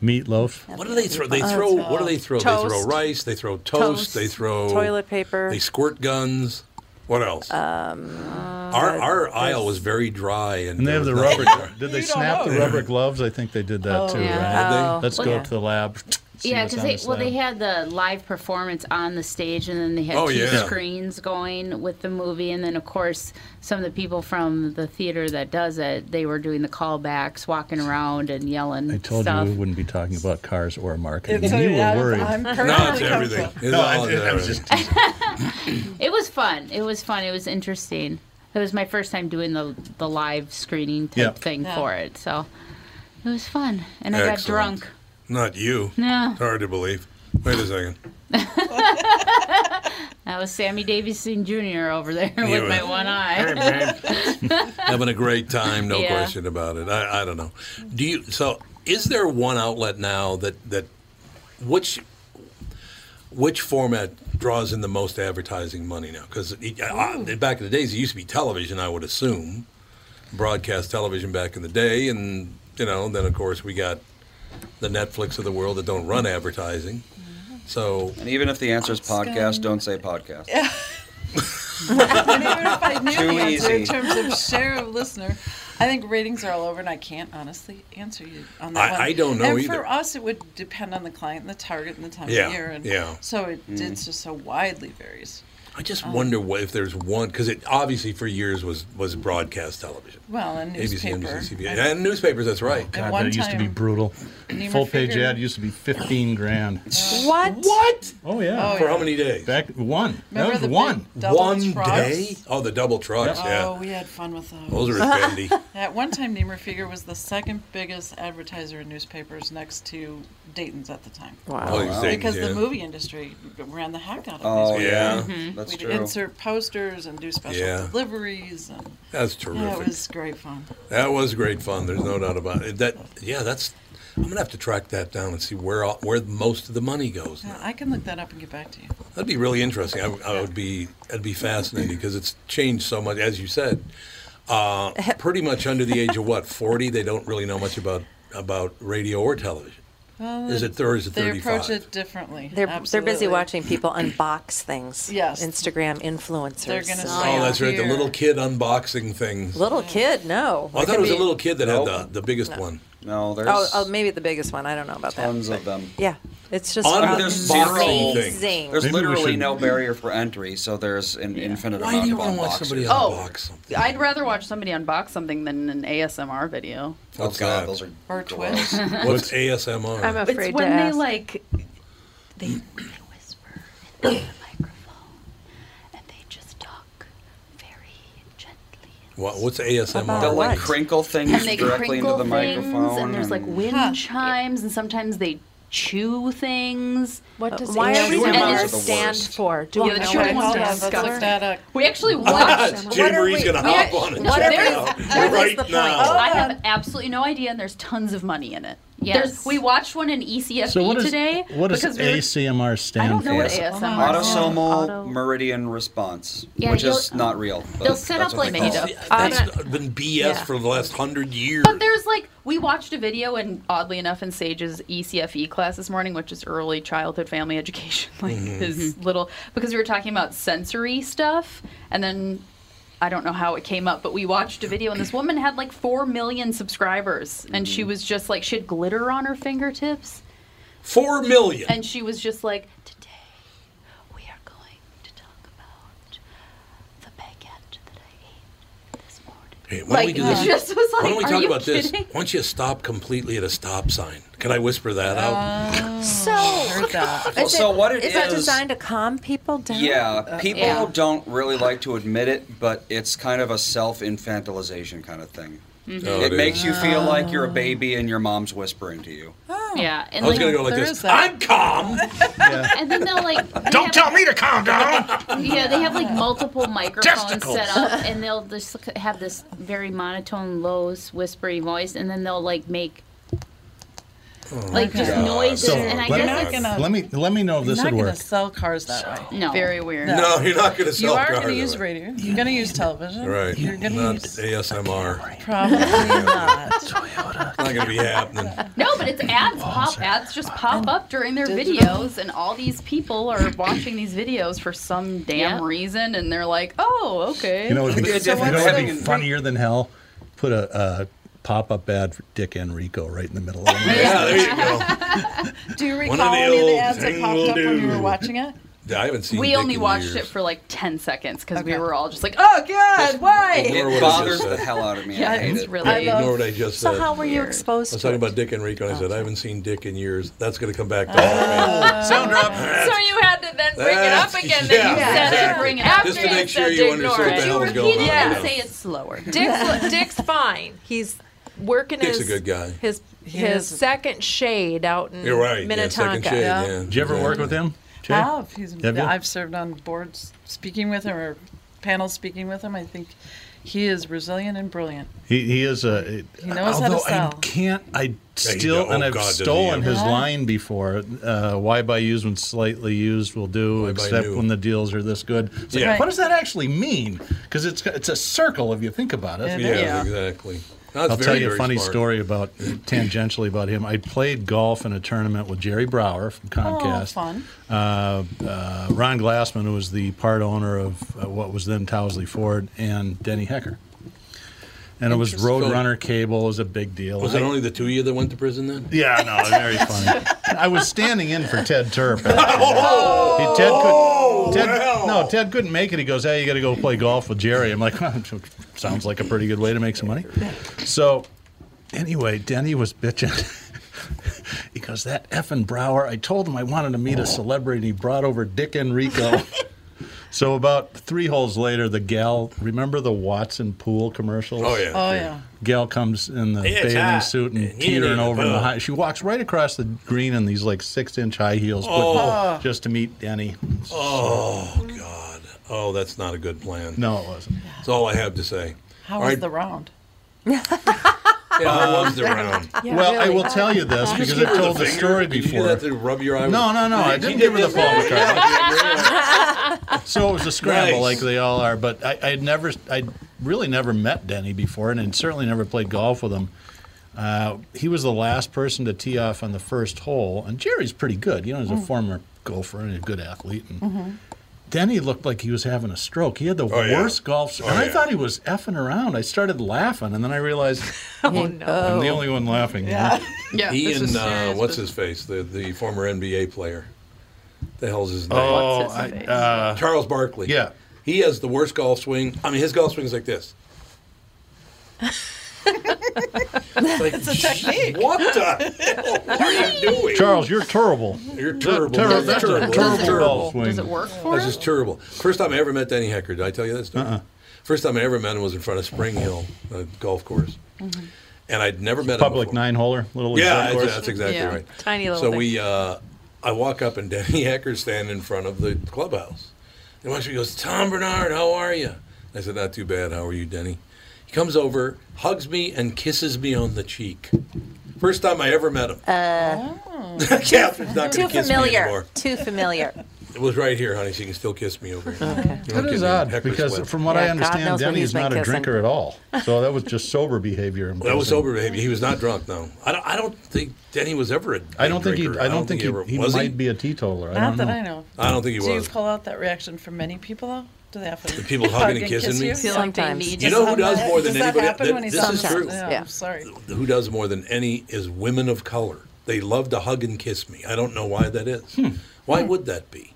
[SPEAKER 2] Meatloaf.
[SPEAKER 1] What do they throw? They
[SPEAKER 5] Oh, that's
[SPEAKER 1] throw.
[SPEAKER 5] right.
[SPEAKER 1] What do they throw? They throw
[SPEAKER 5] Toast.
[SPEAKER 1] rice. They throw toast.
[SPEAKER 5] Toast.
[SPEAKER 1] They throw
[SPEAKER 5] Toilet paper.
[SPEAKER 1] They squirt guns. What else? Um, our our aisle was very dry, and,
[SPEAKER 2] And they
[SPEAKER 1] there
[SPEAKER 2] have the
[SPEAKER 1] was nothing
[SPEAKER 2] rubber.
[SPEAKER 1] there.
[SPEAKER 2] Did they snap the
[SPEAKER 1] Yeah.
[SPEAKER 2] rubber gloves? I think they did that
[SPEAKER 6] Oh,
[SPEAKER 2] too,
[SPEAKER 6] yeah.
[SPEAKER 2] right?
[SPEAKER 6] Oh.
[SPEAKER 2] Let's
[SPEAKER 6] Well,
[SPEAKER 2] go
[SPEAKER 6] yeah.
[SPEAKER 2] up to the lab. see
[SPEAKER 6] yeah,
[SPEAKER 2] what's
[SPEAKER 6] because
[SPEAKER 2] on
[SPEAKER 6] they
[SPEAKER 2] the
[SPEAKER 6] well they
[SPEAKER 2] slab.
[SPEAKER 6] had the live performance on the stage, and then they had
[SPEAKER 2] Oh,
[SPEAKER 6] two
[SPEAKER 2] yeah.
[SPEAKER 6] screens going with the movie, and then of course some of the people from the theater that does it, they were doing the callbacks, walking around and yelling
[SPEAKER 2] I told
[SPEAKER 6] stuff.
[SPEAKER 2] you we wouldn't be talking about cars or marketing.
[SPEAKER 6] It's-
[SPEAKER 2] and you
[SPEAKER 6] yeah,
[SPEAKER 2] were worried.
[SPEAKER 6] I'm No, perfectly it's everything.
[SPEAKER 1] comfortable.
[SPEAKER 2] No, I,
[SPEAKER 1] It's all
[SPEAKER 2] I was
[SPEAKER 1] everything.
[SPEAKER 2] just
[SPEAKER 6] It was fun. It was fun. It was interesting. It was my first time doing the the live screening type
[SPEAKER 1] Yeah.
[SPEAKER 6] thing
[SPEAKER 1] Yeah.
[SPEAKER 6] for it, so it was fun, and I got
[SPEAKER 1] Excellent.
[SPEAKER 6] drunk.
[SPEAKER 1] Not you.
[SPEAKER 6] No.
[SPEAKER 1] Hard to believe. Wait a second.
[SPEAKER 6] That was Sammy Davidson Jr. over there
[SPEAKER 1] You
[SPEAKER 6] with my
[SPEAKER 1] were-
[SPEAKER 6] one eye.
[SPEAKER 1] man. Having a great time, no
[SPEAKER 6] Yeah.
[SPEAKER 1] question about it. I, I don't know. Do you? So, is there one outlet now that that which which format draws in the most advertising money now? Because back in the days, it used to be television. I would assume broadcast television back in the day, and you know, then of course we got the Netflix of the world that don't run advertising. So,
[SPEAKER 7] And even if the answer is podcast, don't say podcast.
[SPEAKER 3] and even if I knew
[SPEAKER 7] Too
[SPEAKER 3] the answer
[SPEAKER 7] easy.
[SPEAKER 3] in terms of share of listener, I think ratings are all over, and I can't honestly answer you on that
[SPEAKER 1] I-
[SPEAKER 3] one.
[SPEAKER 1] I don't know
[SPEAKER 3] and
[SPEAKER 1] either.
[SPEAKER 3] for us, it would depend on the client, and the target, and the time
[SPEAKER 1] Yeah,
[SPEAKER 3] of year, and
[SPEAKER 1] yeah.
[SPEAKER 3] so it
[SPEAKER 1] Mm.
[SPEAKER 3] it's just so widely varies. Um,
[SPEAKER 1] I I just wonder what, if there's one because it obviously for years was was broadcast television.
[SPEAKER 3] Well, and
[SPEAKER 1] ABC,
[SPEAKER 3] newspaper.
[SPEAKER 1] NBC, CBS, and newspapers. That's right.
[SPEAKER 3] God, At one that used to be time,
[SPEAKER 2] brutal.
[SPEAKER 3] Neiman
[SPEAKER 2] Full page
[SPEAKER 3] Figure-
[SPEAKER 2] ad used to be fifteen grand.
[SPEAKER 15] What?
[SPEAKER 1] What?
[SPEAKER 2] Oh yeah.
[SPEAKER 3] Oh, For how yeah. many
[SPEAKER 1] days?
[SPEAKER 2] Back one.
[SPEAKER 3] Remember
[SPEAKER 2] that
[SPEAKER 3] the
[SPEAKER 2] was one.
[SPEAKER 3] big double One trucks?
[SPEAKER 1] Day? Oh, the double trucks.
[SPEAKER 3] Oh,
[SPEAKER 1] Yeah.
[SPEAKER 3] we had fun with those.
[SPEAKER 1] Those were bendy.
[SPEAKER 3] At one time, Neimer Fieger was the second biggest advertiser in newspapers next to Dayton's at the time.
[SPEAKER 1] Wow. Oh, it was Dayton's,
[SPEAKER 3] because
[SPEAKER 1] yeah.
[SPEAKER 3] the movie industry ran the heck out of
[SPEAKER 1] Oh,
[SPEAKER 3] newspapers.
[SPEAKER 1] yeah. Mhm. That's
[SPEAKER 3] We'd
[SPEAKER 1] true.
[SPEAKER 3] insert posters and do special
[SPEAKER 1] Yeah.
[SPEAKER 3] deliveries. And,
[SPEAKER 1] That's
[SPEAKER 3] Yeah, it
[SPEAKER 1] terrific.
[SPEAKER 3] was great fun.
[SPEAKER 1] That was great fun. There's no doubt about it. That yeah, that's. I'm gonna have to track that down and see where all, where most of the money goes.
[SPEAKER 3] Yeah, I can look that up and get back to you.
[SPEAKER 1] That'd be really interesting. I, would- I would be. That'd be fascinating because it's changed so much. As you said, uh, pretty much under the age of what 40, they don't really know much about about radio or television.
[SPEAKER 3] Well,
[SPEAKER 1] Is it thir- is it
[SPEAKER 3] They approach
[SPEAKER 1] 35?
[SPEAKER 3] it differently.
[SPEAKER 5] They're they're busy
[SPEAKER 3] absolutely.
[SPEAKER 5] watching people unbox things.
[SPEAKER 3] Yes.
[SPEAKER 5] Instagram influencers.
[SPEAKER 3] They're gonna
[SPEAKER 1] Oh, that's right. The little kid unboxing things.
[SPEAKER 5] Little kid, no.
[SPEAKER 1] Oh, I thought it
[SPEAKER 5] could
[SPEAKER 1] was a
[SPEAKER 5] be-
[SPEAKER 1] little kid that had the, the biggest one.
[SPEAKER 7] No, there's
[SPEAKER 5] Oh, oh, maybe the biggest one. I don't know about that.
[SPEAKER 7] tons of them.
[SPEAKER 5] Yeah, it's just
[SPEAKER 7] I mean, there's boxing things.
[SPEAKER 5] amazing.
[SPEAKER 7] There's literally no barrier for entry, so there's an infinite
[SPEAKER 6] Why
[SPEAKER 7] amount
[SPEAKER 6] do you
[SPEAKER 7] of
[SPEAKER 6] wanna watch
[SPEAKER 7] unboxers.
[SPEAKER 6] somebody Oh. unbox I'd rather watch somebody unbox something than an ASMR video.
[SPEAKER 7] Oh God, those are
[SPEAKER 3] Or
[SPEAKER 7] gross.
[SPEAKER 6] Twitch.
[SPEAKER 1] What's ASMR?
[SPEAKER 6] I'm afraid It's when
[SPEAKER 15] to
[SPEAKER 6] they
[SPEAKER 15] ask.
[SPEAKER 6] like they they whisper into the microphone and they just talk
[SPEAKER 1] What, what's ASMR?
[SPEAKER 7] They'll like crinkle things
[SPEAKER 6] and they
[SPEAKER 7] directly into
[SPEAKER 6] crinkle
[SPEAKER 7] the
[SPEAKER 6] things
[SPEAKER 7] microphone.
[SPEAKER 6] and there's like wind chimes and sometimes they chew things. Uh, What
[SPEAKER 15] does Why are we ASMR
[SPEAKER 6] and it's-
[SPEAKER 15] the stand worst. for? Do we
[SPEAKER 6] yeah, the
[SPEAKER 15] know
[SPEAKER 6] chewing
[SPEAKER 15] what it
[SPEAKER 6] ones are
[SPEAKER 15] stands for?
[SPEAKER 6] disgusting.
[SPEAKER 15] That, uh,
[SPEAKER 6] We actually watched.
[SPEAKER 1] Jay
[SPEAKER 6] What are
[SPEAKER 1] Marie's
[SPEAKER 6] we-
[SPEAKER 1] gonna
[SPEAKER 6] we-
[SPEAKER 1] hop on and
[SPEAKER 6] no,
[SPEAKER 1] check it
[SPEAKER 6] there's-
[SPEAKER 1] out
[SPEAKER 6] there's
[SPEAKER 1] right
[SPEAKER 6] the point.
[SPEAKER 2] Oh.
[SPEAKER 1] now.
[SPEAKER 6] I have absolutely no idea, and there's tons of money in it.
[SPEAKER 17] Yes.
[SPEAKER 6] There's- we watched one in E ECFE
[SPEAKER 2] So what is
[SPEAKER 6] today.
[SPEAKER 2] what does
[SPEAKER 6] because we were-
[SPEAKER 2] ACMR stand
[SPEAKER 6] I don't know
[SPEAKER 2] for?
[SPEAKER 6] what ASMR is.
[SPEAKER 7] Autosomal meridian response,
[SPEAKER 6] Yeah,
[SPEAKER 7] which is
[SPEAKER 6] you'll-
[SPEAKER 7] not real. but
[SPEAKER 6] they'll set
[SPEAKER 7] that's
[SPEAKER 6] up,
[SPEAKER 7] what they
[SPEAKER 6] like,
[SPEAKER 7] call
[SPEAKER 6] made
[SPEAKER 7] it.
[SPEAKER 6] up-
[SPEAKER 1] That's been BS
[SPEAKER 6] Yeah.
[SPEAKER 1] for the last hundred years.
[SPEAKER 6] But there's like we watched a video, and oddly enough, in Sage's E ECFE class this morning, which is early childhood family education, like
[SPEAKER 1] Mm-hmm.
[SPEAKER 17] Mhm.
[SPEAKER 6] his little because we were talking about sensory stuff, and then I don't know how it came up, but we watched a video, and this woman had like four million subscribers, and she
[SPEAKER 1] Mhm.
[SPEAKER 6] was just like she had glitter on her fingertips,
[SPEAKER 1] Four million.
[SPEAKER 6] and she was just like. "Today we are going to talk about the baguette that I ate this morning."
[SPEAKER 1] Hey, why don't we
[SPEAKER 6] Like,
[SPEAKER 1] do this?
[SPEAKER 6] it just was
[SPEAKER 1] why don't
[SPEAKER 6] like,
[SPEAKER 1] we
[SPEAKER 6] are
[SPEAKER 1] talk
[SPEAKER 6] you
[SPEAKER 1] about this?
[SPEAKER 6] kidding?
[SPEAKER 1] Why don't you stop completely at a stop sign? Can I whisper that
[SPEAKER 6] Uh,
[SPEAKER 1] out?
[SPEAKER 6] Oh.
[SPEAKER 5] So,
[SPEAKER 7] Well, so what it
[SPEAKER 5] is that
[SPEAKER 7] is-
[SPEAKER 5] designed to calm people down?
[SPEAKER 7] Yeah, people
[SPEAKER 5] Uh, Yeah.
[SPEAKER 7] don't really like to admit it, but it's kind of a self infantilization kind of thing.
[SPEAKER 6] Mhm.
[SPEAKER 1] Oh,
[SPEAKER 7] it
[SPEAKER 1] it
[SPEAKER 7] makes
[SPEAKER 1] is.
[SPEAKER 7] you feel like you're a baby and your mom's whispering to you.
[SPEAKER 6] Yeah, and
[SPEAKER 7] I was
[SPEAKER 6] like,
[SPEAKER 7] gonna go like There this, is that. "I'm
[SPEAKER 1] calm.
[SPEAKER 6] And then they'll like. they have-
[SPEAKER 1] me to calm down.
[SPEAKER 6] Yeah, they have like multiple microphones
[SPEAKER 1] Testicles.
[SPEAKER 6] set up, and they'll just look- have this very monotone, low, whispery voice, and then they'll like make
[SPEAKER 3] Oh
[SPEAKER 6] like just
[SPEAKER 2] God.
[SPEAKER 6] noises.
[SPEAKER 2] So,
[SPEAKER 6] and I
[SPEAKER 2] let,
[SPEAKER 6] guess
[SPEAKER 2] me,
[SPEAKER 6] it's
[SPEAKER 2] let me let me know if this
[SPEAKER 3] you're
[SPEAKER 2] would
[SPEAKER 3] not going
[SPEAKER 2] work.
[SPEAKER 3] to sell cars that way.
[SPEAKER 6] No. Very weird.
[SPEAKER 1] No, you're not gonna sell
[SPEAKER 3] You are
[SPEAKER 1] cars
[SPEAKER 3] going
[SPEAKER 1] that
[SPEAKER 3] to use
[SPEAKER 1] way.
[SPEAKER 3] radio. You're going to use television.
[SPEAKER 1] Right.
[SPEAKER 3] You're going to
[SPEAKER 1] not
[SPEAKER 3] use
[SPEAKER 1] ASMR.
[SPEAKER 3] probably not.
[SPEAKER 1] It's not going to be happening.
[SPEAKER 6] no, but it's ads pop ads just pop up during their videos, and all these people are watching these videos for some damn reason, and they're like, oh, okay.
[SPEAKER 2] You know, what would be,
[SPEAKER 6] So
[SPEAKER 2] you know
[SPEAKER 6] what's
[SPEAKER 2] what would be
[SPEAKER 6] the-
[SPEAKER 2] funnier than hell? Put a, uh pop-up ad for Dick Enrico right in the middle of it.
[SPEAKER 1] Yeah, there you go.
[SPEAKER 3] Do you
[SPEAKER 1] One of
[SPEAKER 3] recall
[SPEAKER 1] the
[SPEAKER 3] any of the
[SPEAKER 1] old
[SPEAKER 3] ads that popped up when you were
[SPEAKER 1] thing-a-doo.
[SPEAKER 3] watching it?
[SPEAKER 1] I haven't seen.
[SPEAKER 6] We
[SPEAKER 1] Dick
[SPEAKER 6] only
[SPEAKER 1] in
[SPEAKER 6] watched
[SPEAKER 1] years.
[SPEAKER 6] it for like ten seconds because we were all just like, oh god, why?
[SPEAKER 1] Ignore what I
[SPEAKER 7] bothers
[SPEAKER 1] just
[SPEAKER 7] the
[SPEAKER 1] said.
[SPEAKER 7] hell out of me.
[SPEAKER 6] I Yeah, hate it's it. really- I
[SPEAKER 1] Ignore
[SPEAKER 6] love-
[SPEAKER 1] what I just
[SPEAKER 6] So
[SPEAKER 1] said.
[SPEAKER 6] how Oh. were you Weird. exposed
[SPEAKER 1] I was
[SPEAKER 6] to
[SPEAKER 1] talking
[SPEAKER 6] it?
[SPEAKER 1] about Dick Enrico, and I said, I haven't seen Dick in years. That's going to come
[SPEAKER 6] Oh.
[SPEAKER 1] back. To haunt me.
[SPEAKER 6] Sound drop. So you had to then bring it up
[SPEAKER 1] That's-
[SPEAKER 6] again. Then you
[SPEAKER 1] yeah,
[SPEAKER 6] said
[SPEAKER 1] exactly.
[SPEAKER 6] to bring it
[SPEAKER 1] Just
[SPEAKER 6] up.
[SPEAKER 1] to
[SPEAKER 6] after
[SPEAKER 1] make sure
[SPEAKER 6] said
[SPEAKER 1] you
[SPEAKER 6] to
[SPEAKER 1] understood
[SPEAKER 6] ignore
[SPEAKER 1] what the
[SPEAKER 6] it.
[SPEAKER 1] hell was going on,
[SPEAKER 6] Yeah,
[SPEAKER 1] you know.
[SPEAKER 6] say it slower.
[SPEAKER 15] Dick's, Dick's fine. He's working
[SPEAKER 1] Dick's a
[SPEAKER 15] his
[SPEAKER 1] good guy.
[SPEAKER 15] his
[SPEAKER 1] He
[SPEAKER 15] his
[SPEAKER 1] is.
[SPEAKER 15] second shade out in
[SPEAKER 1] You're right. Yeah,
[SPEAKER 15] Minnetonka.
[SPEAKER 1] second shade. Yeah. Yeah.
[SPEAKER 2] Did you ever work with him? Jay?
[SPEAKER 3] Have. He's,
[SPEAKER 2] Have you?
[SPEAKER 3] I've served on boards speaking with him or panels speaking with him. I think he is resilient and brilliant.
[SPEAKER 2] He, he is a.
[SPEAKER 3] He knows how to
[SPEAKER 2] although
[SPEAKER 3] sell.
[SPEAKER 2] I can't. I
[SPEAKER 1] Yeah, he
[SPEAKER 2] still
[SPEAKER 1] do-
[SPEAKER 2] and
[SPEAKER 1] oh,
[SPEAKER 2] I've
[SPEAKER 1] God, does he
[SPEAKER 2] stolen
[SPEAKER 1] ever.
[SPEAKER 2] his
[SPEAKER 1] Yeah.
[SPEAKER 2] line before. Uh, why buy used when slightly used will do,
[SPEAKER 1] buy
[SPEAKER 2] except
[SPEAKER 1] new?
[SPEAKER 2] when the deals are this good. It's like,
[SPEAKER 1] Yeah.
[SPEAKER 2] What does that actually mean? Because it's it's a circle if you think about it.
[SPEAKER 1] Yeah, exactly. No, it's
[SPEAKER 2] I'll
[SPEAKER 1] very,
[SPEAKER 2] tell you a
[SPEAKER 1] very
[SPEAKER 2] funny
[SPEAKER 1] smart.
[SPEAKER 2] story about tangentially about him. I played golf in a tournament with Jerry Brower from
[SPEAKER 1] Oh,
[SPEAKER 2] Comcast.
[SPEAKER 3] fun.
[SPEAKER 2] Uh, uh, Ron Glassman, who was the part owner of uh, what was then Towsley Ford, and Denny Hecker. And it was
[SPEAKER 1] Interesting.
[SPEAKER 2] Roadrunner cable. It was a big deal.
[SPEAKER 1] Was
[SPEAKER 2] I-
[SPEAKER 1] it only the two of you that went to prison then?
[SPEAKER 2] Yeah,
[SPEAKER 1] Oh!
[SPEAKER 2] no, very funny. I was standing in for Ted Turp. He- Ted could, Ted,
[SPEAKER 1] well.
[SPEAKER 2] No, Ted couldn't make it. He goes, "Hey, you got to go play golf with Jerry." I'm like, "Sounds like a pretty good way to make some money." So, anyway, Denny was bitching. Because that effing Brower, I told him I wanted to meet a celebrity, and he brought over Dick Enrico. so about three holes later, the gal, remember the Watson pool commercials?
[SPEAKER 1] Oh, yeah.
[SPEAKER 3] Oh, yeah.
[SPEAKER 2] Gal comes in the
[SPEAKER 1] It's
[SPEAKER 2] bathing
[SPEAKER 1] hot,
[SPEAKER 2] suit and
[SPEAKER 1] and you need
[SPEAKER 2] teetering
[SPEAKER 1] a
[SPEAKER 2] over in the
[SPEAKER 1] pool.
[SPEAKER 2] high. She walks right across the green in these like six-inch high heels, but
[SPEAKER 1] Oh.
[SPEAKER 2] just to meet Denny.
[SPEAKER 1] Oh God! Oh, that's not a good plan.
[SPEAKER 2] No, it wasn't.
[SPEAKER 1] That's all I have to say.
[SPEAKER 3] How
[SPEAKER 1] All
[SPEAKER 3] was
[SPEAKER 1] right.
[SPEAKER 3] the round?
[SPEAKER 1] Yeah, how was the round?
[SPEAKER 2] well, I will tell you this because
[SPEAKER 1] Did you
[SPEAKER 2] I've
[SPEAKER 1] give her
[SPEAKER 2] told the,
[SPEAKER 1] finger?
[SPEAKER 2] story
[SPEAKER 1] Did you do
[SPEAKER 2] before.
[SPEAKER 1] that to rub your eye with-
[SPEAKER 2] No, no, no. I
[SPEAKER 1] He
[SPEAKER 2] didn't
[SPEAKER 1] did
[SPEAKER 2] give her the
[SPEAKER 1] this.
[SPEAKER 2] phone card.
[SPEAKER 4] yeah.
[SPEAKER 2] so it was a scramble,
[SPEAKER 1] Nice.
[SPEAKER 2] like they all are. But I, I had never, I really never met Denny before, and, and certainly never played golf with him. Uh, he was the last person to tee off on the first hole, and Jerry's pretty good. You know, he's a
[SPEAKER 17] Mm.
[SPEAKER 2] former golfer and a good athlete. And
[SPEAKER 17] Mhm.
[SPEAKER 2] Denny looked like he was having a stroke. He had the
[SPEAKER 17] Oh, yeah.
[SPEAKER 2] worst golf.
[SPEAKER 17] Oh,
[SPEAKER 2] and I
[SPEAKER 17] yeah.
[SPEAKER 2] thought he was effing around. I started laughing, and then I realized I'm the only one laughing.
[SPEAKER 1] Oh, Yeah, he and uh, what's his face, the the former NBA player. The hell's his name?
[SPEAKER 2] Oh, What's his I- face? uh,
[SPEAKER 1] Charles Barkley.
[SPEAKER 2] Yeah,
[SPEAKER 1] he has the worst golf swing. I mean, his golf swing is like this.
[SPEAKER 3] it's a technique.
[SPEAKER 1] What the? What are you doing?
[SPEAKER 2] Charles, you're terrible.
[SPEAKER 1] You're terrible.
[SPEAKER 2] That- terrible-
[SPEAKER 1] That's
[SPEAKER 2] that's a
[SPEAKER 1] terrible.
[SPEAKER 2] terrible
[SPEAKER 1] That's
[SPEAKER 2] golf swing. Does it work for
[SPEAKER 1] That's just terrible. First time I ever met Danny Hecker. Did I tell you that story?
[SPEAKER 2] Uh-uh.
[SPEAKER 1] First time I ever met him was in front of Spring
[SPEAKER 2] Uh-huh.
[SPEAKER 1] Hill uh, golf course, and I'd never met him.
[SPEAKER 2] Mm-hmm. Public nine holer, little
[SPEAKER 1] Yeah,
[SPEAKER 2] golf
[SPEAKER 1] that's-
[SPEAKER 2] course.
[SPEAKER 1] that's exactly
[SPEAKER 15] Yeah.
[SPEAKER 1] right.
[SPEAKER 15] Tiny little
[SPEAKER 1] So
[SPEAKER 15] thing.
[SPEAKER 1] we, uh, I walk up and Danny Hecker's standing in front of the clubhouse, and once he goes, "Tom Bernard, how are you?" I said, "Not too bad. How are you, Denny?" He comes over, hugs me, and kisses me on the cheek. First time I ever met him.
[SPEAKER 5] Uh,
[SPEAKER 1] Oh. Catherine's not
[SPEAKER 5] too
[SPEAKER 1] going to kiss me
[SPEAKER 5] familiar.
[SPEAKER 1] anymore.
[SPEAKER 5] Too familiar.
[SPEAKER 1] It was right here, honey. She can still kiss me over here. You know,
[SPEAKER 2] That is
[SPEAKER 1] kidding,
[SPEAKER 2] odd
[SPEAKER 1] Hecker's
[SPEAKER 2] because,
[SPEAKER 1] left.
[SPEAKER 2] from what I understand, Denny is not a drinker at all. So that was just sober behavior.
[SPEAKER 1] That was sober behavior. He was not drunk, though. I don't, I don't think Denny was ever a.
[SPEAKER 2] I don't think he.
[SPEAKER 1] drinker.
[SPEAKER 2] I don't think he.
[SPEAKER 1] ever-
[SPEAKER 2] He
[SPEAKER 1] was
[SPEAKER 2] might be a teetotaler. I
[SPEAKER 3] Not
[SPEAKER 2] don't
[SPEAKER 3] that
[SPEAKER 2] know.
[SPEAKER 3] I know.
[SPEAKER 1] I don't think he
[SPEAKER 3] Do
[SPEAKER 1] was.
[SPEAKER 3] you pull out that reaction from many people, though? Do they have to?
[SPEAKER 1] The people hugging and kissing me?
[SPEAKER 3] kiss you?
[SPEAKER 1] Sometimes. You know who does more than
[SPEAKER 3] Does
[SPEAKER 1] anybody-
[SPEAKER 3] That happen
[SPEAKER 1] that-
[SPEAKER 3] when he
[SPEAKER 1] this is
[SPEAKER 3] says-
[SPEAKER 1] true.
[SPEAKER 3] Yeah,
[SPEAKER 1] Yeah.
[SPEAKER 3] I'm sorry.
[SPEAKER 1] Who does more than any is women of color. They love to hug and kiss me. I don't know why that is.
[SPEAKER 2] Hmm.
[SPEAKER 1] Why would that be?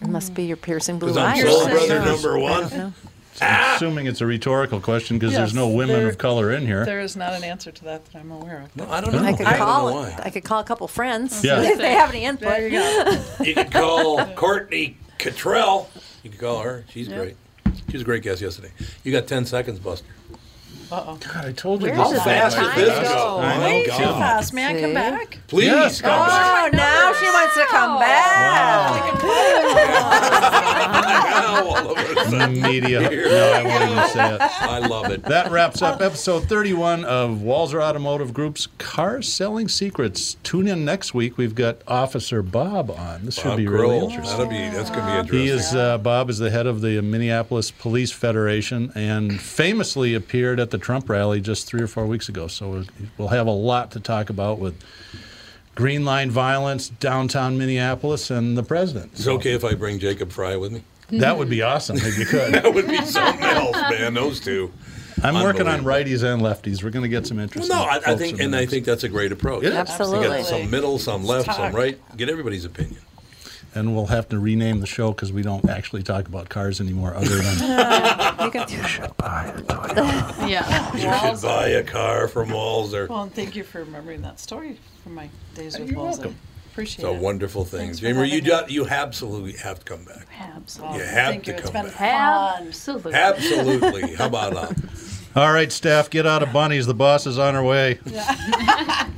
[SPEAKER 18] It must be your piercing blue
[SPEAKER 1] Because I'm
[SPEAKER 18] eyes.
[SPEAKER 1] soul brother number one. Ah!
[SPEAKER 2] I'm assuming it's a rhetorical question because there's
[SPEAKER 3] Yes,
[SPEAKER 2] no women
[SPEAKER 3] there-
[SPEAKER 2] of color in here.
[SPEAKER 3] There is not an answer to that that I'm aware of.
[SPEAKER 1] No, I
[SPEAKER 2] don't
[SPEAKER 3] Oh,
[SPEAKER 2] know.
[SPEAKER 18] I could
[SPEAKER 2] I don't
[SPEAKER 18] call.
[SPEAKER 2] know
[SPEAKER 18] I could call a couple friends.
[SPEAKER 2] Yeah.
[SPEAKER 18] If they have any input.
[SPEAKER 3] There you go.
[SPEAKER 1] You could call Courtney Cottrell. You could call her. She's great. She was a great guest yesterday. You got 10 seconds, Buster.
[SPEAKER 3] Uh-oh.
[SPEAKER 2] God, I told you
[SPEAKER 3] Where
[SPEAKER 2] this
[SPEAKER 3] did
[SPEAKER 2] was
[SPEAKER 3] that
[SPEAKER 2] like
[SPEAKER 3] time
[SPEAKER 2] this.
[SPEAKER 3] go?
[SPEAKER 2] I know,
[SPEAKER 3] Way too
[SPEAKER 2] God.
[SPEAKER 3] fast. May I come back?
[SPEAKER 1] Oh, Please
[SPEAKER 2] Yes,
[SPEAKER 1] come
[SPEAKER 2] come
[SPEAKER 1] back.
[SPEAKER 5] Oh, now she wants to come back.
[SPEAKER 2] Media. No, I won't even say it.
[SPEAKER 1] I love it.
[SPEAKER 2] That wraps up episode 31 of Walzer Automotive Group's Car Selling Secrets. Tune in next week. We've got Officer Bob on. This should
[SPEAKER 1] Bob
[SPEAKER 2] be really
[SPEAKER 1] Grohl.
[SPEAKER 2] interesting.
[SPEAKER 1] That'll be- that's gonna be
[SPEAKER 2] He is uh, Bob is the head of the Minneapolis Police Federation and famously appeared at the Trump rally just three or four weeks ago. So we'll have a lot to talk about with Green Line violence, downtown Minneapolis, and the president.
[SPEAKER 1] It's okay if I bring Jacob Fry with me.
[SPEAKER 2] That would be awesome if you could.
[SPEAKER 1] that would be something else, man. Those two.
[SPEAKER 2] I'm working on
[SPEAKER 1] Unbelievable.
[SPEAKER 2] righties and lefties. We're going to get some
[SPEAKER 1] Well,
[SPEAKER 2] interesting.
[SPEAKER 1] no, I, I
[SPEAKER 2] folks
[SPEAKER 1] think,
[SPEAKER 2] in
[SPEAKER 1] and
[SPEAKER 2] there.
[SPEAKER 1] I think that's a great approach.
[SPEAKER 2] It is.
[SPEAKER 1] You got
[SPEAKER 2] Absolutely.
[SPEAKER 1] some middle, some left, some
[SPEAKER 2] Talk.
[SPEAKER 1] right. Get everybody's opinion.
[SPEAKER 2] and we'll have to rename the show because we don't actually talk about cars anymore, other than
[SPEAKER 3] Yeah.
[SPEAKER 1] You should buy a car from Walzer.
[SPEAKER 3] Oh, Well, and thank you for remembering that story from my days with Walzer.
[SPEAKER 1] welcome.
[SPEAKER 3] Appreciate
[SPEAKER 1] It's a
[SPEAKER 3] it.
[SPEAKER 1] wonderful thing.
[SPEAKER 3] Thanks for
[SPEAKER 1] Jamie, you
[SPEAKER 3] having
[SPEAKER 1] do, you absolutely have to come back.
[SPEAKER 3] Absolutely.
[SPEAKER 1] You have
[SPEAKER 3] Thank
[SPEAKER 1] to
[SPEAKER 3] you. It's
[SPEAKER 1] come
[SPEAKER 3] been
[SPEAKER 1] back.
[SPEAKER 3] fun. Absolutely.
[SPEAKER 1] Absolutely. How about that?
[SPEAKER 2] All right, staff, get out of bunnies. The boss is on her way.
[SPEAKER 4] Yeah.